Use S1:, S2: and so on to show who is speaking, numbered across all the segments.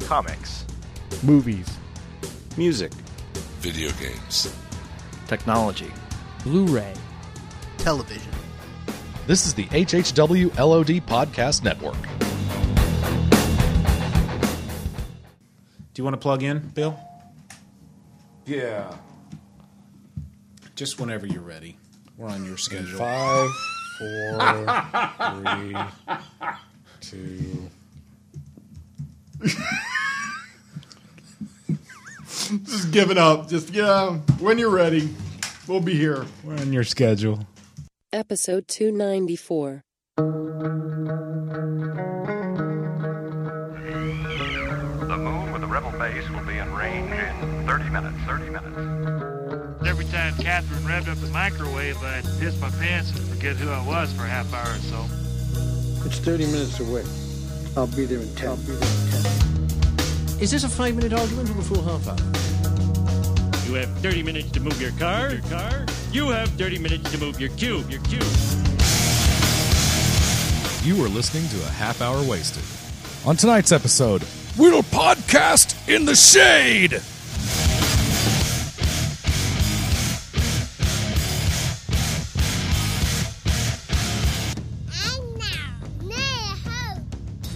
S1: comics,
S2: movies,
S3: music,
S4: video games.
S5: technology.
S6: Blu ray,
S7: television.
S8: This is the HHW LOD Podcast Network.
S9: Do you want to plug in, Bill?
S3: Yeah.
S9: Just whenever you're ready. We're on your schedule.
S3: Five, four, three, two.
S9: Just give it up. Just yeah. When you're ready, we'll be here. We're on your schedule.
S10: Episode 294.
S11: The moon with the rebel base will be in range in 30 minutes. 30 minutes.
S12: Every time Catherine revved up the microwave, I'd piss my pants and forget who I was for a half hour or so.
S13: It's 30 minutes away. I'll be there in 10.
S14: Is this a five minute argument or a full half hour?
S15: You have 30 minutes to move your car. Your car. You have 30 minutes to move your cube. Your cube.
S8: You are listening to a half hour wasted. On tonight's episode, we'll podcast in the shade.
S16: And now, Neil Hope,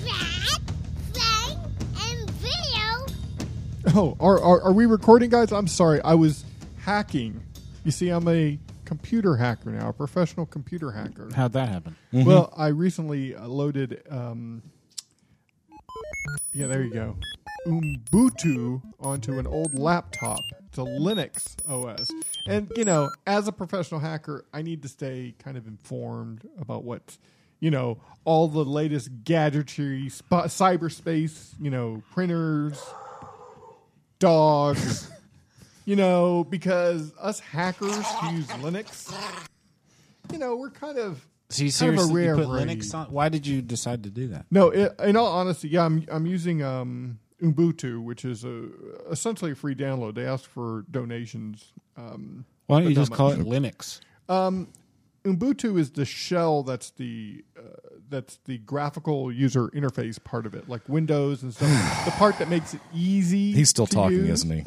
S16: Brad, Frank, and Bill.
S2: Oh, are, are, are we recording, guys? I'm sorry. I was hacking. You see, I'm a computer hacker now, a professional computer hacker.
S9: How'd that happen? Mm-hmm.
S2: Well, I recently uh, loaded. Um, yeah, there you go. Ubuntu onto an old laptop. It's a Linux OS. And, you know, as a professional hacker, I need to stay kind of informed about what's, you know, all the latest gadgetry, spot, cyberspace, you know, printers, dogs, you know, because us hackers who use Linux, you know, we're kind of.
S9: So you
S2: kind of a
S9: seriously you
S2: rare
S9: put
S2: breed.
S9: Linux on? Why did you decide to do that?
S2: No, it, in all honesty, yeah, I'm I'm using um, Ubuntu, which is a essentially a free download. They ask for donations. Um,
S9: Why don't you
S2: But
S9: just
S2: not
S9: call
S2: much. Um,
S9: it Linux?
S2: Ubuntu is the shell that's the uh, that's the graphical user interface part of it, like Windows and stuff. the part that makes it easy.
S8: He's still
S2: to
S8: talking,
S2: use.
S8: isn't he?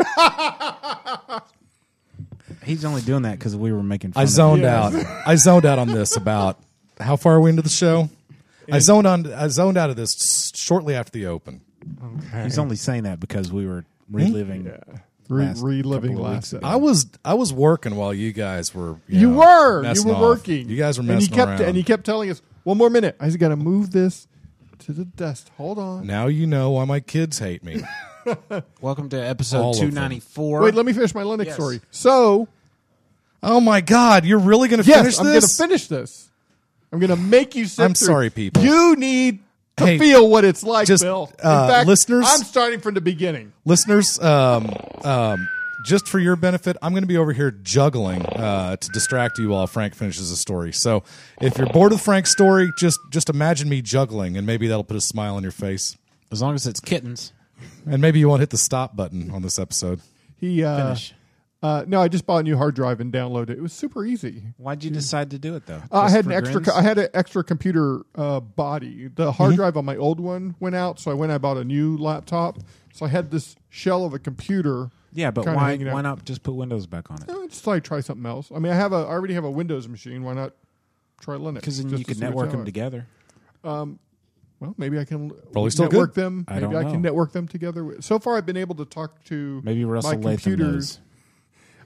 S9: He's only doing that because we were making fun
S8: I zoned
S9: of him.
S8: out. I zoned out on this about how far are we into the show? I zoned on. I zoned out of this shortly after the open.
S9: He's only saying that because we were reliving.
S2: Re-
S9: last
S2: reliving
S9: couple of
S2: last.
S9: weeks ago.
S8: I was I was working while you guys were you,
S2: You
S8: know,
S2: were you
S8: messing
S2: were
S8: off.
S2: working.
S8: You guys were
S2: and you
S8: messing
S2: kept
S8: around.
S2: and you kept telling us one more minute. I just got to move this to the desk. Hold on.
S8: now you know why my kids hate me.
S9: Welcome to
S8: All
S9: episode
S8: of them.
S9: two ninety four.
S2: Wait, let me finish my Linux
S9: Yes.
S2: story. So
S8: oh my God! You're really going to
S2: yes,
S8: finish
S2: I'm
S8: this?
S2: gonna finish this. I'm gonna make you. Sit
S8: I'm
S2: through-
S8: sorry, people.
S2: You need to
S8: Hey,
S2: feel what it's like,
S8: just,
S2: Bill. In
S8: uh,
S2: fact,
S8: listeners-
S2: I'm starting from the beginning.
S8: listeners, um, um, just for your benefit, I'm going to be over here juggling uh, to distract you while Frank finishes the story. So, if you're bored with Frank's story, just just imagine me juggling, and maybe that'll put a smile on your face,
S9: As long as it's kittens.
S8: and maybe you won't hit the stop button on this episode.
S2: He uh,
S9: Finish.
S2: uh, no, I just bought a new hard drive and downloaded it. It was super easy.
S9: Why'd you decide to do it though?
S2: Uh, I
S9: Just
S2: had an
S9: for
S2: extra.
S9: grins?
S2: I had an extra computer uh, body. The hard
S8: Mm-hmm.
S2: drive on my old one went out, so I went. and I bought a new laptop. So I had this shell of a computer.
S9: yeah, but
S2: kinda
S9: why?
S2: hanging out.
S9: Why not just put Windows back on it?
S2: I Eh, just like try something else. I mean, I have a. I already have a Windows machine. Why not try Linux?
S9: Because then
S2: just
S9: you
S2: to
S9: could
S2: see what's
S9: network them
S2: out.
S9: together.
S2: Well, maybe I can
S8: Probably still
S2: network
S8: good.
S2: them.
S9: I
S2: Maybe
S9: don't
S2: I, can
S9: know.
S2: network them together. with- So far, I've been able to talk to
S9: Maybe Russell
S2: my
S9: Latham
S2: computers.
S9: knows.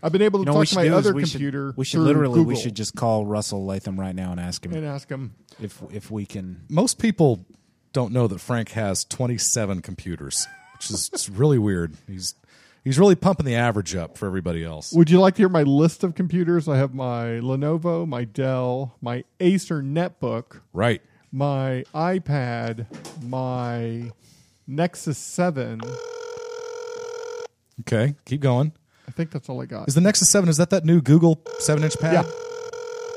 S2: I've been able to
S9: You know, what we
S2: talk to
S9: should
S2: my
S9: do is
S2: other
S9: we
S2: computer.
S9: Should, we should
S2: through
S9: literally we
S2: Google
S9: should just call Russell Latham right now and ask him
S2: and ask them.
S9: if if we can.
S8: Most people don't know that Frank has 27 computers, which is it's really weird. He's he's really pumping the average up for everybody else.
S2: Would you like to hear my list of computers? I have my Lenovo, my Dell, my Acer netbook,
S8: Right.
S2: my iPad, my Nexus Seven.
S8: Okay. Keep going.
S2: I think that's all I got.
S8: Is the Nexus Seven? Is that that new Google seven-inch pad?
S2: Yeah.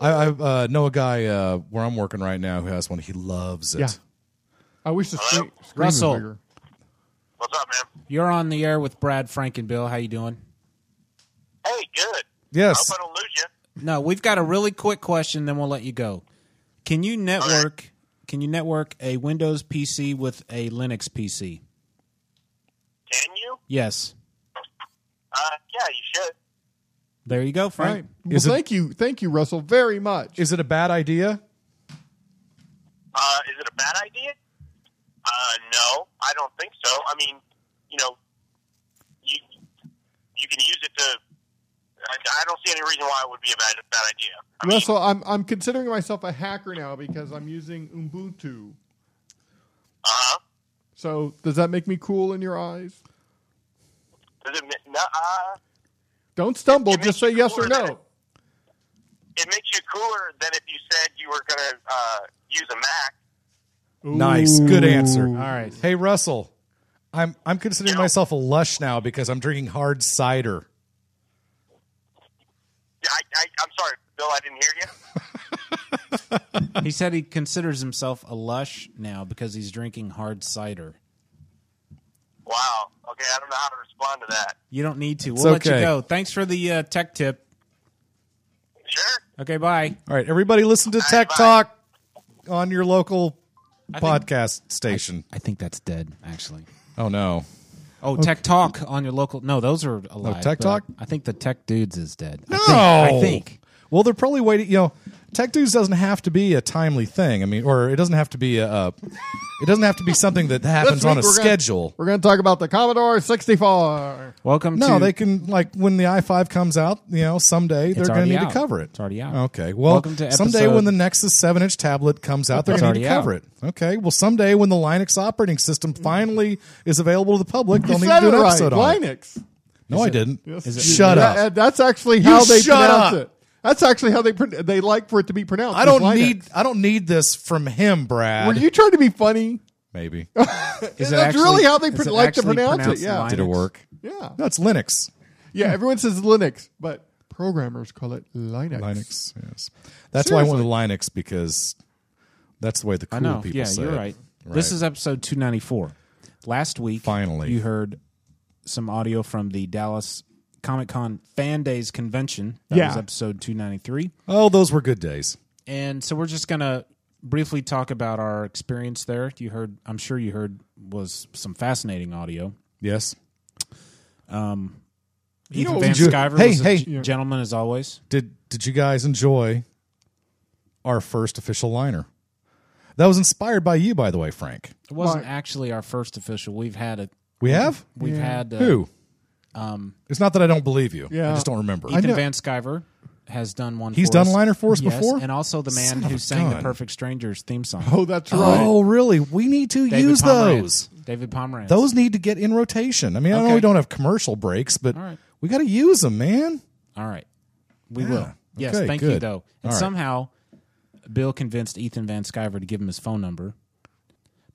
S8: I, I uh, know a guy uh, where I'm working right now who has one. He loves it.
S2: Yeah. I wish the screen, screen was
S9: Russell.
S2: bigger.
S11: What's up, man?
S9: You're on the air with Brad, Frank, and Bill. How you doing?
S11: Hey, good.
S8: Yes.
S11: Hope I don't lose you.
S9: No, we've got a really quick question. Then we'll let you go. Can you network? Can you network a Windows PC with a Linux PC?
S1: Yes.
S5: Uh, yeah, you should.
S1: There you go, Frank.
S2: Well, thank you, thank you, Russell, very much.
S8: Is it a bad idea?
S5: Uh, is it a bad idea? Uh, no, I don't think so. I mean, you know, you you can use it to. I, I don't see any reason why it would be a bad bad idea.
S2: Russell, I'm I'm considering myself a hacker now because I'm using Ubuntu. Uh
S5: huh.
S2: So does that make me cool in your eyes?
S5: Does it? ma- No, uh,
S2: Don't stumble. Just say yes or no.
S5: it makes you cooler than if you said you were going to uh, use a Mac.
S8: Nice, good answer.
S1: All right.
S8: Hey Russell, I'm I'm considering myself a lush now because I'm drinking hard cider.
S5: I, I, I'm sorry, Bill, I didn't hear you.
S1: he said he considers himself a lush now because he's drinking hard cider.
S5: Wow. Okay, I don't know how to respond to that.
S1: You don't need to.
S8: It's
S1: We'll let
S8: okay.
S1: you go. Thanks for the uh, tech tip.
S5: Sure.
S1: Okay, bye.
S8: All right, everybody, listen to Tech Talk on your local
S1: I think-
S8: podcast station.
S1: I think that's dead, actually.
S8: Oh no.
S1: Oh, Tech Talk on your local. No, those are alive.
S8: Tech
S1: but
S8: Talk?
S1: I think the Tech Dudes is dead.
S8: No,
S1: I think.
S8: Well, they're probably waiting. You know, tech dudes doesn't have to be a timely thing. I mean, or it doesn't have to be a. a it doesn't have to be something that happens
S2: This week
S8: on a
S2: we're gonna-
S8: schedule.
S2: we're going to talk about the Commodore 64.
S1: Welcome
S8: no,
S1: to-
S8: they can like when the i5 comes out, you know, someday
S1: It's
S8: they're going
S1: already
S8: to need
S1: out.
S8: to cover it.
S1: It's already out.
S8: Okay. Well,
S1: Welcome to
S8: someday
S1: episode-
S8: when the Nexus 7-inch tablet comes out, they're
S1: It's
S8: going to need to
S1: already
S8: cover
S1: out.
S8: it. Okay. Well, someday when the Linux operating system finally is available to the public, they'll
S2: You
S8: need
S2: said
S8: to do an
S2: it right.
S8: episode on it.
S2: Linux.
S8: No, I didn't.
S2: Yes.
S8: Shut
S2: That-
S8: up.
S2: that's actually
S8: You
S2: how they
S8: shut
S2: pronounce
S8: up.
S2: it. That's actually how they pron- they like for it to be pronounced.
S8: I don't
S2: is Linux.
S8: need. I don't need this from him, Brad.
S2: Were you trying to be funny?
S8: Maybe.
S2: That's really how they pr- like to pronounce it. Yeah.
S8: Did it work?
S2: Yeah.
S8: That's Linux.
S2: Yeah. Everyone says Linux, but programmers call it Linux.
S8: Linux. Yes. That's why I wanted Linux because that's the way the cool
S1: I know.
S8: people
S1: yeah,
S8: say
S1: you're
S8: it.
S1: right. This is episode 294. Last week, finally, you heard some audio from the Dallas Comic Con Fan Days convention. That
S8: Yeah.
S1: was episode 293.
S8: Oh, those were good days.
S1: And so we're just going to briefly talk about our experience there. You heard, I'm sure you heard, was some fascinating audio.
S8: Yes.
S1: Um,
S8: You
S1: Ethan
S8: know,
S1: Van
S8: did you-
S1: Sciver
S8: hey,
S1: was a
S8: hey.
S1: g- gentleman as always.
S8: Did did you guys enjoy our first official liner? That was inspired by you, by the way, Frank.
S1: It wasn't actually our first official. We've had a
S8: We have?
S1: We've
S8: Yeah.
S1: had uh,
S8: Who?
S1: Um,
S8: It's not that I don't believe you. I just don't remember. I
S1: Ethan
S8: know-
S1: Van Sciver has done one.
S8: He's
S1: for
S8: done
S1: us.
S8: liner for us
S1: Yes,
S8: before?
S1: and also the man
S8: Son of
S1: who
S8: a
S1: sang the
S8: gun.
S1: Perfect Strangers theme song.
S2: Oh, that's
S8: Oh, really? We need to
S1: David
S8: use
S1: Pomerantz.
S8: those.
S1: David Pomerantz.
S8: Those need to get in rotation. I mean, I know
S1: Okay.
S8: we don't have commercial breaks, but
S1: All right.
S8: we got to use them, man.
S1: All right, we
S8: Yeah.
S1: will. Yes,
S8: Okay,
S1: thank you
S8: good.
S1: though. And
S8: All right.
S1: somehow, Bill convinced Ethan Van Sciver to give him his phone number.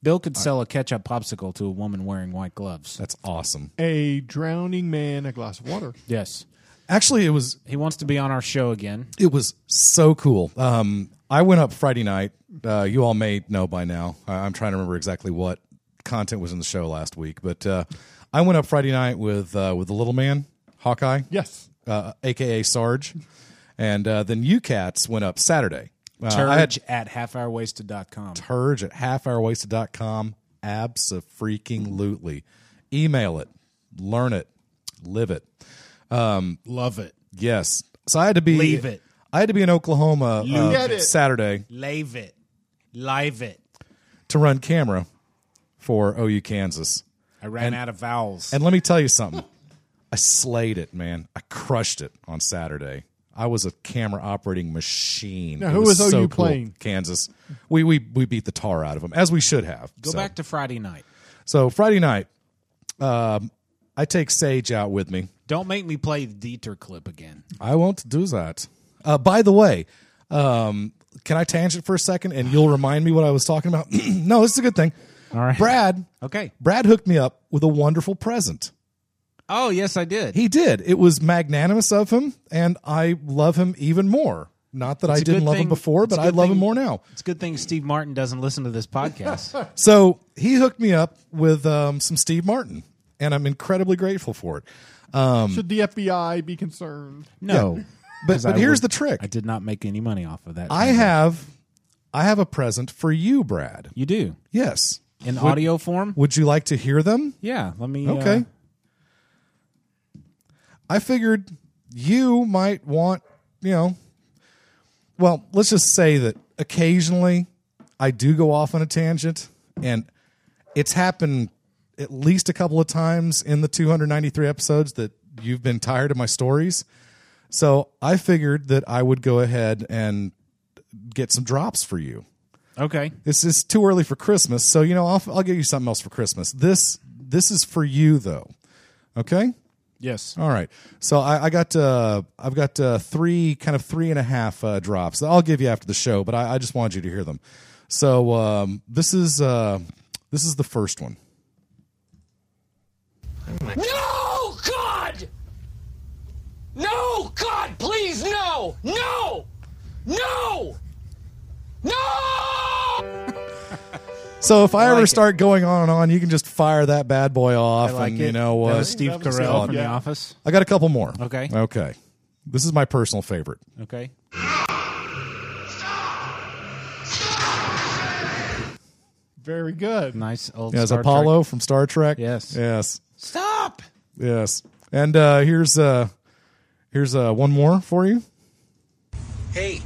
S1: Bill could sell a ketchup popsicle to a woman wearing white gloves.
S8: That's awesome.
S2: A drowning man, a glass of water.
S1: Yes.
S8: Actually, it was.
S1: He wants to be on our show again.
S8: It was so cool. Um, I went up Friday night. Uh, you all may know by now. I- I'm trying to remember exactly what content was in the show last week, but uh, I went up Friday night with uh, with the little man, Hawkeye.
S2: Yes,
S8: uh, aka Sarge, and uh, then you cats went up Saturday. Uh, I had
S1: Turge at halfhourwasted.com.
S8: Turge at halfhourwasted.com. Abso-freaking-lutely. Email it. Learn it. Live it. Um,
S1: Love it.
S8: Yes. So I had to be.
S1: Leave it.
S8: I had to be in Oklahoma
S1: Leave
S8: uh,
S1: it.
S8: Saturday
S1: Lave it. Live it.
S8: to run camera for OU Kansas.
S1: I ran
S8: And-
S1: out of vowels.
S8: And let me tell you something. I slayed it, man. I crushed it on Saturday. I was a camera operating machine.
S2: Now,
S8: It
S2: who was
S8: so
S2: OU
S8: cool.
S2: playing?
S8: Kansas. We we we beat the tar out of them as we should have.
S1: Go
S8: So-
S1: back to Friday night.
S8: So Friday night, um, I take Sage out with me.
S1: Don't make me play the Dieter clip again.
S8: I won't do that. Uh, by the way, um, can I tangent for a second and you'll remind me what I was talking about? no, this is a good thing.
S1: All right.
S8: Brad.
S1: Okay.
S8: Brad hooked me up with a wonderful present.
S1: Oh, yes, I did.
S8: He did. It was magnanimous of him, and I love him even more. Not that
S1: It's
S8: I
S1: a good
S8: didn't love
S1: thing-
S8: him before,
S1: it's
S8: but
S1: a
S8: I
S1: good
S8: love
S1: thing-
S8: him more now.
S1: It's a good thing Steve Martin doesn't listen to this podcast.
S8: So he hooked me up with um, some Steve Martin, and I'm incredibly grateful for it. Um,
S2: Should the FBI be concerned?
S1: No.
S8: Yeah. But,
S1: 'Cause
S8: but
S1: I
S8: here's the
S1: would-
S8: trick.
S1: I did not make any money off of that.
S8: I have I have a present for you, Brad.
S1: You do?
S8: Yes.
S1: In
S8: Would-
S1: audio form?
S8: Would you like to hear them?
S1: Yeah. Let me. uh,
S8: Okay. I figured you might want, you know, well, let's just say that occasionally I do go off on a tangent, and it's happened at least a couple of times in the 293 episodes that you've been tired of my stories. So I figured that I would go ahead and get some drops for you.
S1: Okay.
S8: It's it's too early for Christmas, so you know I'll I'll give you something else for Christmas. This this is for you though. Okay.
S1: Yes.
S8: All right. So I, I got uh, I've got uh, three kind of three and a half uh, drops that I'll give you after the show, but I, I just wanted you to hear them. So um, this is uh, this is the first one.
S6: No, God! No, God, please, no! No! No! No!
S8: So if I, ever start going on and on, you can just fire that bad boy off,
S1: I like
S8: and
S1: it.
S8: you know
S1: That
S8: uh,
S1: was Steve Carell from The Office.
S8: I got a couple more.
S1: Okay.
S8: Okay. This is my personal favorite.
S1: Okay.
S2: Very good.
S1: Nice old
S8: Yes,
S1: Star
S8: Apollo
S1: Trek.
S8: from Star Trek.
S1: Yes.
S8: Yes.
S6: Stop!
S8: Yes. And uh, here's uh, here's uh, one more for you.
S7: Hey,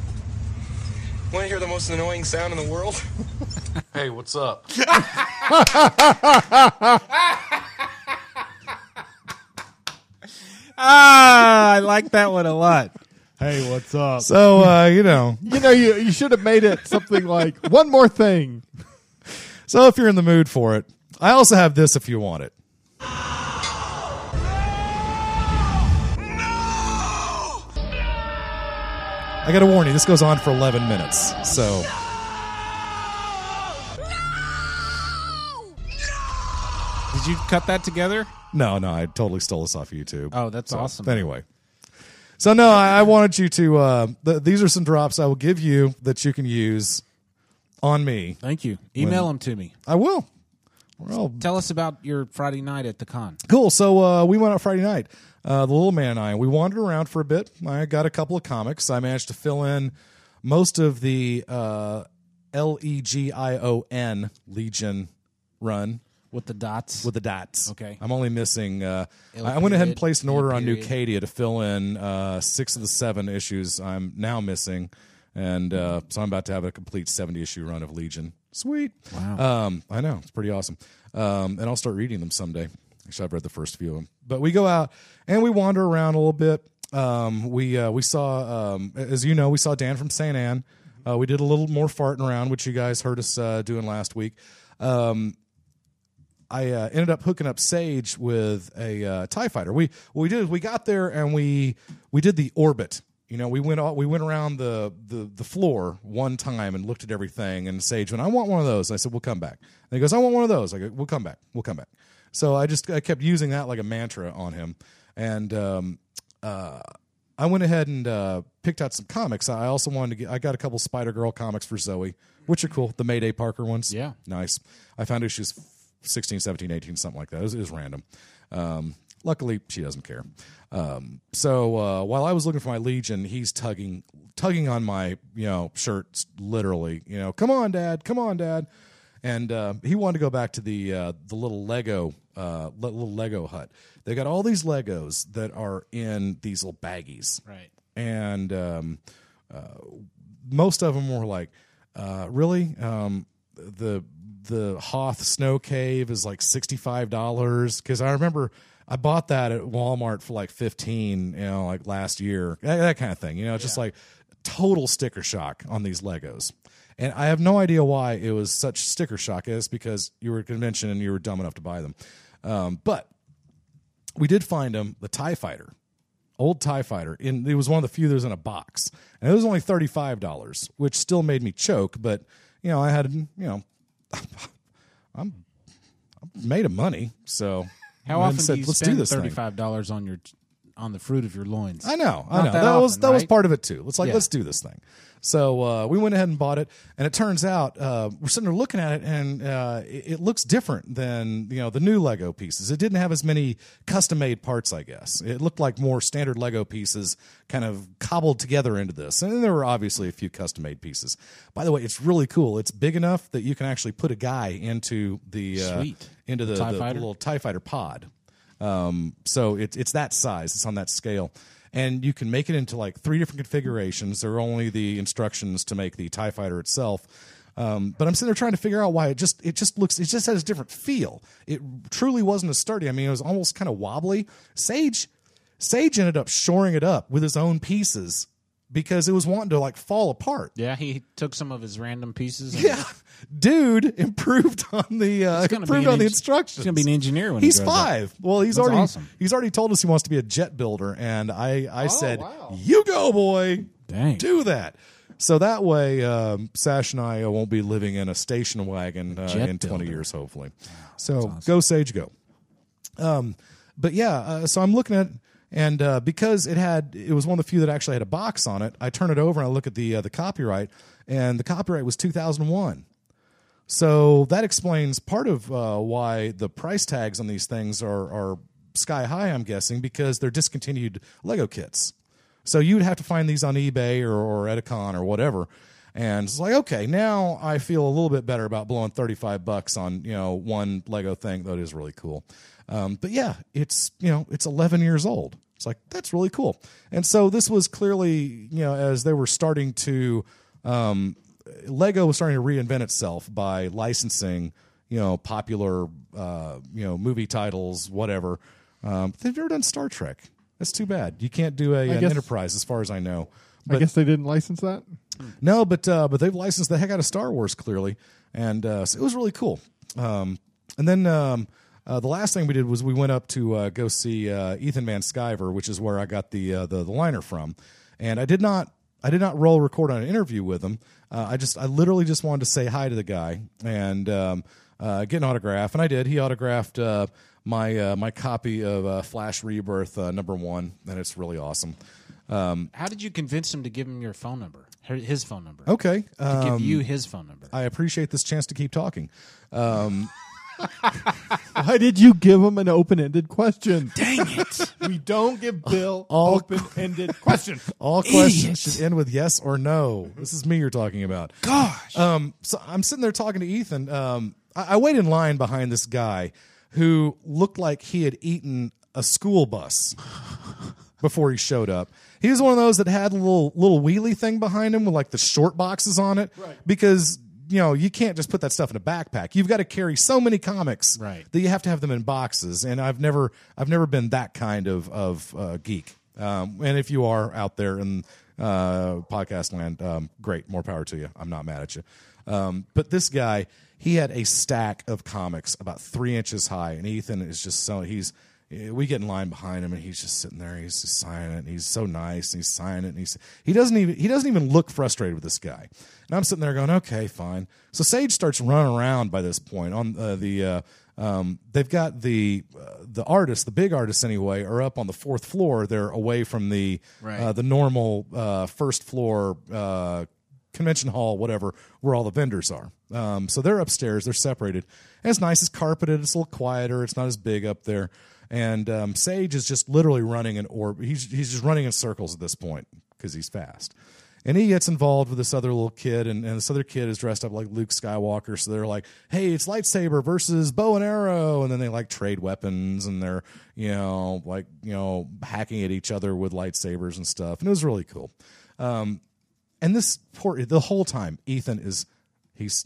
S7: want to hear the most annoying sound in the world? hey, what's up?
S1: Ah, I like that one a lot.
S2: Hey, what's up?
S8: So uh, you know,
S2: you know, you you should have made it something like one more thing.
S8: so if you're in the mood for it, I also have this if you want it. I got to warn you, this goes on for 11 minutes. So
S1: Did you cut that together?
S8: no, no, I totally stole this off YouTube.
S1: Oh, that's
S8: So,
S1: awesome.
S8: Anyway, so no, I, I wanted you to. Uh, th- these are some drops I will give you that you can use on me.
S1: Thank you. Email them to me.
S8: I will. We're all
S1: Tell us about your Friday night at the con.
S8: Cool. So uh, we went out Friday night. Uh, the little man and I. We wandered around for a bit. I got a couple of comics. I managed to fill in most of the uh, L E G I O N Legion run
S1: with the dots.
S8: With the dots.
S1: Okay.
S8: I'm only missing. Uh,
S1: L
S8: I I went ahead
S1: period,
S8: and placed an order
S1: E
S8: on
S1: period.
S8: Nucadia to fill in uh, six of the seven issues I'm now missing, and uh, so I'm about to have a complete 70 issue run of Legion. Sweet. Wow. Um, I know. It's pretty awesome. Um, and I'll start reading them someday. Actually, I've read the first few of them. But we go out and we wander around a little bit. Um, we uh, we saw, um, as you know, we saw Dan from St. Anne. Uh, we did a little more farting around, which you guys heard us uh, doing last week. Um, I uh, ended up hooking up Sage with a uh, Tie Fighter. We what we did is we got there and we we did the orbit. You know, we went all, we went around the, the the floor one time and looked at everything. And Sage went, "I want one of those." And I said, "We'll come back." And he goes, "I want one of those." I go, "We'll come back. We'll come back." So I just I kept using that like a mantra on him, and um, uh, I went ahead and uh, picked out some comics. I also wanted to get I got a couple Spider Girl comics for Zoe, which are cool. The Mayday Parker ones,
S1: Yeah.
S8: nice. I found issues 16, 17, 18, something like that. It was, it was random. Um, luckily, she doesn't care. Um, so uh, while I was looking for my Legion, he's tugging, tugging on my you know shirt, literally. You know, come on, Dad, come on, Dad. And uh, he wanted to go back to the uh, the little Lego uh, le- little Lego hut. They got all these Legos that are in these little baggies,
S1: Right.
S8: And um, most of them were like, uh, really? Um, the the Hoth Snow Cave is like sixty five dollars because I remember I bought that at Walmart for like fifteen, you know, like last year, that, that kind of thing. You know, it's just like total sticker shock on these Legos. And I have no idea why it was such sticker shock. It's because you were at a convention and you were dumb enough to buy them. Um, but we did find him the tie fighter old tie fighter and it was one of the few that was in a box and it was only $35 which still made me choke but you know i had you know i'm, I'm made of money so
S1: How
S8: I
S1: often
S8: said,
S1: do you
S8: let's
S1: spend
S8: do this thing."
S1: thirty-five dollars on your on the fruit of your loins?
S8: I know, I
S1: Not
S8: know. That, was
S1: often,
S8: that was
S1: right?
S8: part of it too. It's like
S1: Yeah.
S8: let's do this thing. So uh, we went ahead and bought it, and it turns out uh, we're sitting there looking at it, and uh, it, it looks different than you know the new Lego pieces. It didn't have as many custom made parts, I guess. It looked like more standard Lego pieces, kind of cobbled together into this. And there were obviously a few custom made pieces. By the way, it's really cool. It's big enough that you can actually put a guy into the uh,
S1: Sweet.
S8: into the,
S1: TIE
S8: the
S1: fighter?
S8: little Tie Fighter pod. Um, so it's it's that size. It's on that scale, and you can make it into like three different configurations. There are only the instructions to make the Tie Fighter itself. Um, but I'm sitting there trying to figure out why it just it just looks it just has a different feel. It truly wasn't as sturdy. I mean, it was almost kind of wobbly. Sage Sage ended up shoring it up with his own pieces because it was wanting to like fall apart.
S1: Yeah, he took some of his random pieces. And
S8: Yeah, dude improved on the uh,
S1: gonna be
S8: improved
S1: an
S8: on the
S1: eng-
S8: instructions.
S1: he's gonna be an engineer when he
S8: he's
S1: grows up.
S8: five. Well, he's
S1: That's
S8: already
S1: awesome. Oh,
S8: he's already told us he wants to be a jet builder, and I I said, "You go, boy,
S1: Dang.
S8: do that." So that way, um, Sash and I won't be living in a station wagon uh,
S1: Jet
S8: in twenty years, hopefully. So go, Sage, go. Um, but yeah, uh, so I'm looking at and uh, because it had it was one of the few that actually had a box on it. I turn it over and I look at the uh, the copyright, and the copyright was 2001. So that explains part of uh, why the price tags on these things are are sky high. I'm guessing because they're discontinued Lego kits. So you'd have to find these on eBay or, or at a con or whatever. And it's like, okay, now I feel a little bit better about blowing 35 bucks on, you know, one Lego thing. That is really cool. Um, but yeah, it's, you know, it's 11 years old. It's like, that's really cool. And so this was clearly, you know, as they were starting to, um, Lego was starting to reinvent itself by licensing, you know, popular, uh, you know, movie titles, whatever. Um, they've never done Star Trek. That's too bad. You can't do a,
S2: I
S8: an
S2: guess-
S8: Enterprise, as far as I know.
S2: I guess they didn't license that.
S8: No, but uh, but they've licensed the heck out of Star Wars clearly, and uh, so it was really cool. Um, and then um, uh, the last thing we did was we went up to uh, go see uh, Ethan Van Sciver, which is where I got the uh, the the liner from, and I did not. I did not roll record on an interview with him. Uh, I just, I literally just wanted to say hi to the guy and um, uh, get an autograph, and I did. He autographed uh, my uh, my copy of uh, Flash Rebirth uh, number one, and it's really awesome. Um,
S1: How did you convince him to give him your phone number? Her- His phone number.
S8: Okay.
S1: To give
S8: um,
S1: you his phone number.
S8: I appreciate this chance to keep talking. Um,
S2: Why did you give him an open-ended question?
S1: Dang it!
S2: we don't give Bill
S8: All-
S2: open-ended questions.
S8: all questions should end with yes or no. This is me you're talking about. Gosh. Um, so I'm sitting there talking to Ethan. Um, I, I wait in line behind this guy who looked like he had eaten a school bus before he showed up. He was one of those that had a little little wheelie thing behind him with like the short boxes on it because you know you can't just put that stuff in a backpack. You've got to carry so many comics right. that you have to have them in boxes. And I've never I've never been that kind of of uh, geek. Um, and if you are out there in uh, podcast land, um, great, more power to you. I'm not mad at you. Um, but this guy, he had a stack of comics about three inches high, and Ethan is just so he's we get in line behind him and he's just sitting there he's just signing it and he's so nice and he's signing it and he's he doesn't even he doesn't even look frustrated with this guy and i'm sitting there going okay fine so sage starts running around by this point on uh, the uh, um, they've got the uh, the artists the big artists anyway are up on the fourth floor they're away from the uh, the normal uh, first floor uh, convention hall, whatever, where all the vendors are. Um, so they're upstairs, they're separated. And it's nice, it's carpeted, it's a little quieter, it's not as big up there. And um, Sage is just literally running in orb. He's he's just running in circles at this point because he's fast. And he gets involved with this other little kid, and, and this other kid is dressed up like Luke Skywalker. So they're like, "Hey, it's lightsaber versus bow and arrow," and then they like trade weapons, and they're you know like you know hacking at each other with lightsabers and stuff. And it was really cool. Um, and this poor the whole time ethan is he's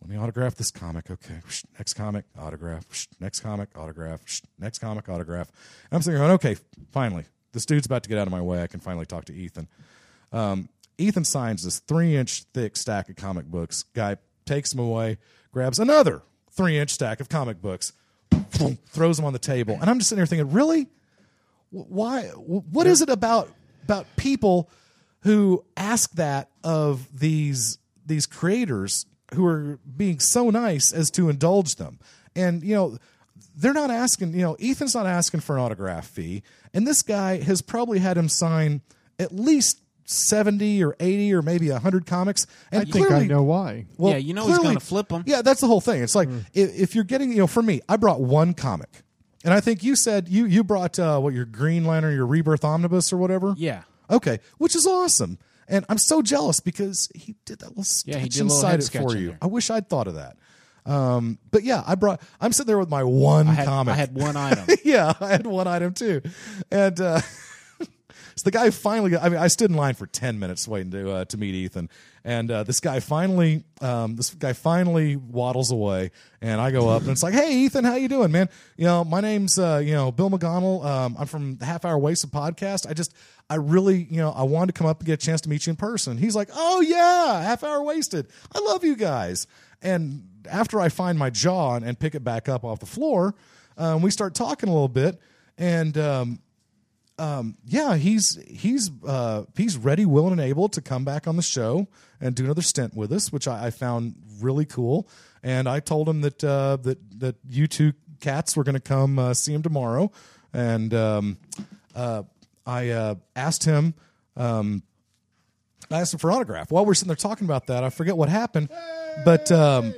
S8: let me autograph this comic okay Psh, next comic autograph Psh, next comic autograph Psh, next comic autograph and i'm sitting there going okay finally this dude's about to get out of my way i can finally talk to ethan um, ethan signs this three inch thick stack of comic books guy takes him away grabs another three inch stack of comic books throws them on the table and i'm just sitting there thinking really Wh- why wh- what is it about about people who ask that of these these creators who are being so nice as to indulge them and you know they're not asking you know ethan's not asking for an autograph fee and this guy has probably had him sign at least 70 or 80 or maybe 100 comics and
S2: I think I
S8: clearly-
S2: know why.
S8: well,
S1: Yeah, you know he's
S8: clearly-
S1: gonna flip 'em. Mm.
S8: Yeah, that's the whole thing. It's like i if, you're getting, you know, for me, I brought one comic, and I think you said you you brought uh, what your Green Lantern, your Rebirth Omnibus, or whatever.
S1: Yeah.
S8: Okay, which is awesome, and I'm so jealous because he did that little sketch
S1: Yeah, he did a little
S8: inside
S1: head
S8: it
S1: sketch
S8: for
S1: in
S8: you.
S1: there.
S8: I wish I'd thought of that. Um, but yeah, I brought. I'm sitting there with my one
S1: I had,
S8: comic.
S1: I had one item.
S8: yeah, I had one item too, and uh, so the guy finally. Got, I mean, I stood in line for ten minutes waiting to uh, to meet Ethan, and uh, this guy finally, um, this guy finally waddles away, and I go up and it's like, "Hey, Ethan, how you doing, man? You know, my name's uh, you know Bill McGonnell. Um, I'm from the Half Hour Wasted podcast. I just, I really, you know, I wanted to come up and get a chance to meet you in person." He's like, "Oh yeah, Half Hour Wasted. I love you guys." And after I find my jaw and, and pick it back up off the floor, um, we start talking a little bit, and um, um, yeah, he's he's uh, he's ready, willing, and able to come back on the show and do another stint with us, which I, I found really cool. And I told him that uh, that that you two cats were going to come uh, see him tomorrow, and um, uh, I uh, asked him. Um, I asked him for an autograph. While we're sitting there talking about that, I forget what happened, but um,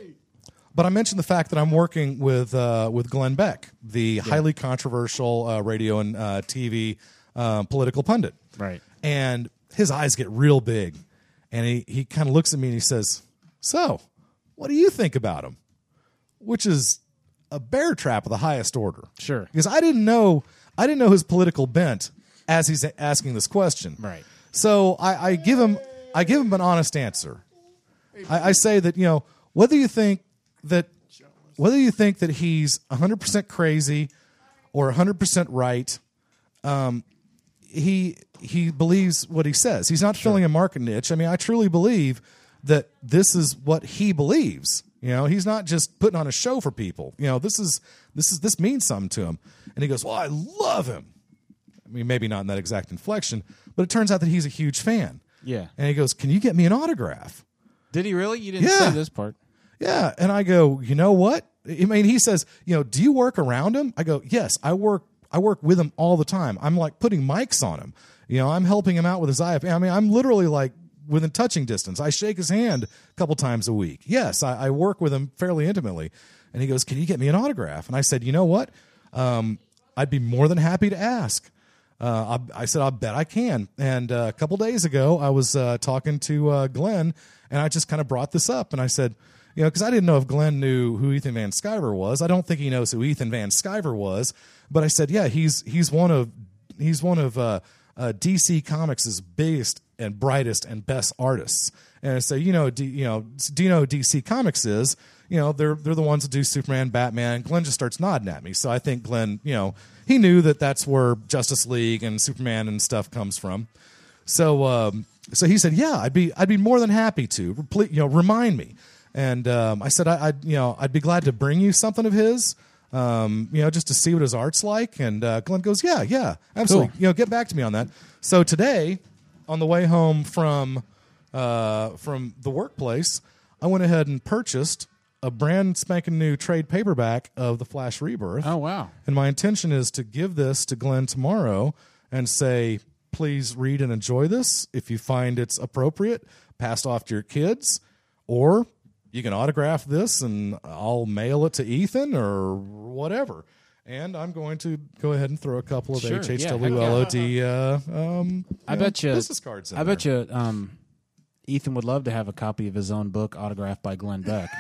S8: but I mentioned the fact that I'm working with uh, with Glenn Beck, the highly controversial uh, radio and uh, TV uh, political pundit.
S1: Right.
S8: And his eyes get real big, and he he kind of looks at me and he says, "So, what do you think about him?" Which is a bear trap of the highest order.
S1: Sure.
S8: Because I didn't know I didn't know his political bent as he's asking this question.
S1: Right.
S8: So I, I give him I give him an honest answer. I, I say that you know whether you think that whether you think that he's 100% crazy or 100% right um, he he believes what he says he's not filling a market niche i mean i truly believe that this is what he believes you know he's not just putting on a show for people you know this is this is this means something to him and he goes well i love him i mean maybe not in that exact inflection but it turns out that he's a huge fan
S1: Yeah.
S8: and he goes can you get me an autograph
S1: Did he really? You didn't
S8: Yeah.
S1: say this part.
S8: yeah. And I go, you know what? I mean, he says, you know, do you work around him? I go, yes, I work. I work with him all the time. I'm like putting mics on him. You know, I'm helping him out with his IFA. I mean, I'm literally like within touching distance. I shake his hand a couple times a week. Yes, I, I work with him fairly intimately. And he goes, can you get me an autograph? And I said, you know what? Um, I'd be more than happy to ask. Uh, I, I said, I bet I can. And uh, a couple days ago, I was uh, talking to uh, Glenn, and I just kind of brought this up, and I said, you know, because I didn't know if Glenn knew who Ethan Van Sciver was. I don't think he knows who Ethan Van Sciver was, but I said, yeah, he's he's one of he's one of uh, uh, DC Comics' biggest and brightest and best artists. And I say, you know, D, you know, do you know who DC Comics is? You know, they're they're the ones that do Superman, Batman. Glenn just starts nodding at me, so I think Glenn, you know, he knew that that's where Justice League and Superman and stuff comes from. So um, so he said, "Yeah, I'd be I'd be more than happy to. Please, you know, remind me." And um, I said, I, "I'd you know I'd be glad to bring you something of his." Um, you know, just to see what his art's like. And uh, Glenn goes, "Yeah, yeah, absolutely. You know, get back to me on that." So today, on the way home from uh, from the workplace, I went ahead and purchased a brand spanking new trade paperback of the Flash Rebirth. Oh
S1: wow!
S8: And my intention is to give this to Glenn tomorrow and say, please read and enjoy this. If you find it's appropriate, pass it off to your kids, or you can autograph this and I'll mail it to Ethan or whatever. And I'm going to go ahead and throw a couple of
S1: Sure, yeah,
S8: HHWLOD uh, um,
S1: I
S8: you
S1: bet
S8: know,
S1: you
S8: business cards. In
S1: I bet
S8: there.
S1: you um, Ethan would love to have a copy of his own book autographed by Glenn Beck.